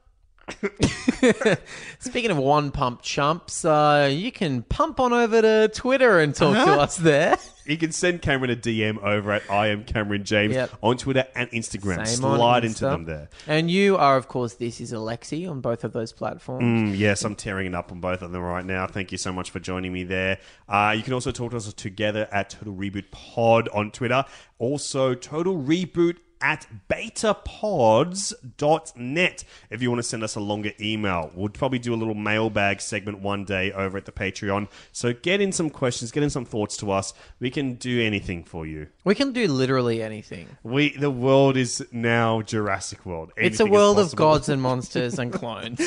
[laughs] Speaking of one pump chumps, uh, you can pump on over to Twitter and talk to us there.
You can send Cameron a DM over at I am Cameron James
Yep.
on Twitter and Instagram.
Same on
Slide into
Insta.
them there.
And you are, of course, this is Alexi on both of those platforms.
Mm, yes, I'm tearing it up on both of them right now. Thank you so much for joining me there. Uh, you can also talk to us together at Total Reboot Pod on Twitter. Also, Total Reboot at betapods.net if you want to send us a longer email. We'll probably do a little mailbag segment one day over at the Patreon. So get in some questions, get in some thoughts to us. We can do anything for you.
We can do literally anything.
We the world is now Jurassic World.
It's a
Anything is
world of
possible.
gods and monsters and clones.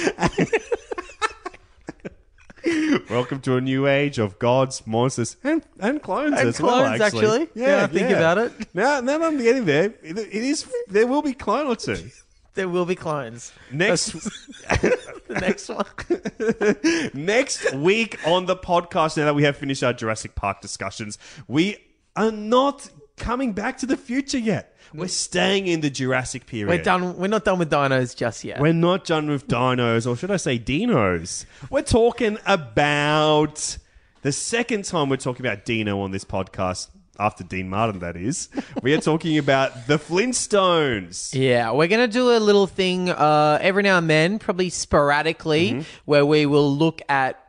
Welcome to a new age of gods, monsters, and, and clones
And
as well.
clones,
Actually,
actually. Now I think about it.
Now, now that I'm getting there, it, it is. There will be clone
[laughs]
or two.
[laughs] there will be clones.
Next,
The next one.
next week on the podcast. Now that we have finished our Jurassic Park discussions, we are not coming back to the future yet. We're staying in the Jurassic period.
We're done. We're not done with dinos just yet.
We're not done with dinos, or should I say dinos. We're talking about the second time we're talking about Dino on this podcast, after Dean Martin, that is. We are talking about the Flintstones.
Yeah, we're going to do a little thing uh, every now and then, probably sporadically,
Mm-hmm.
where we will look at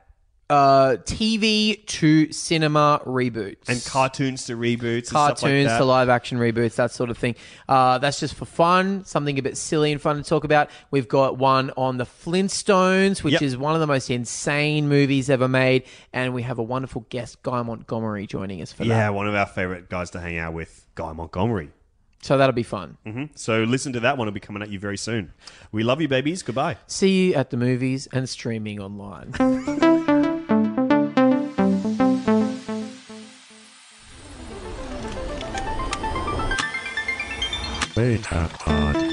uh, TV to cinema reboots
And cartoons to reboots, and stuff like
cartoons
that.
to live action reboots, that sort of thing. Uh, that's just for fun, something a bit silly and fun to talk about. We've got one on the Flintstones, which
Yep.
is one of the most insane movies ever made, and we have a wonderful guest, Guy Montgomery, joining us for
Yeah,
that.
one of our favorite guys to hang out with, Guy Montgomery. Mm-hmm.
So that'll be fun.
So listen to that one; it'll be coming at you very soon. We love you, babies. Goodbye.
See you at the movies and streaming online.
Beta Pod.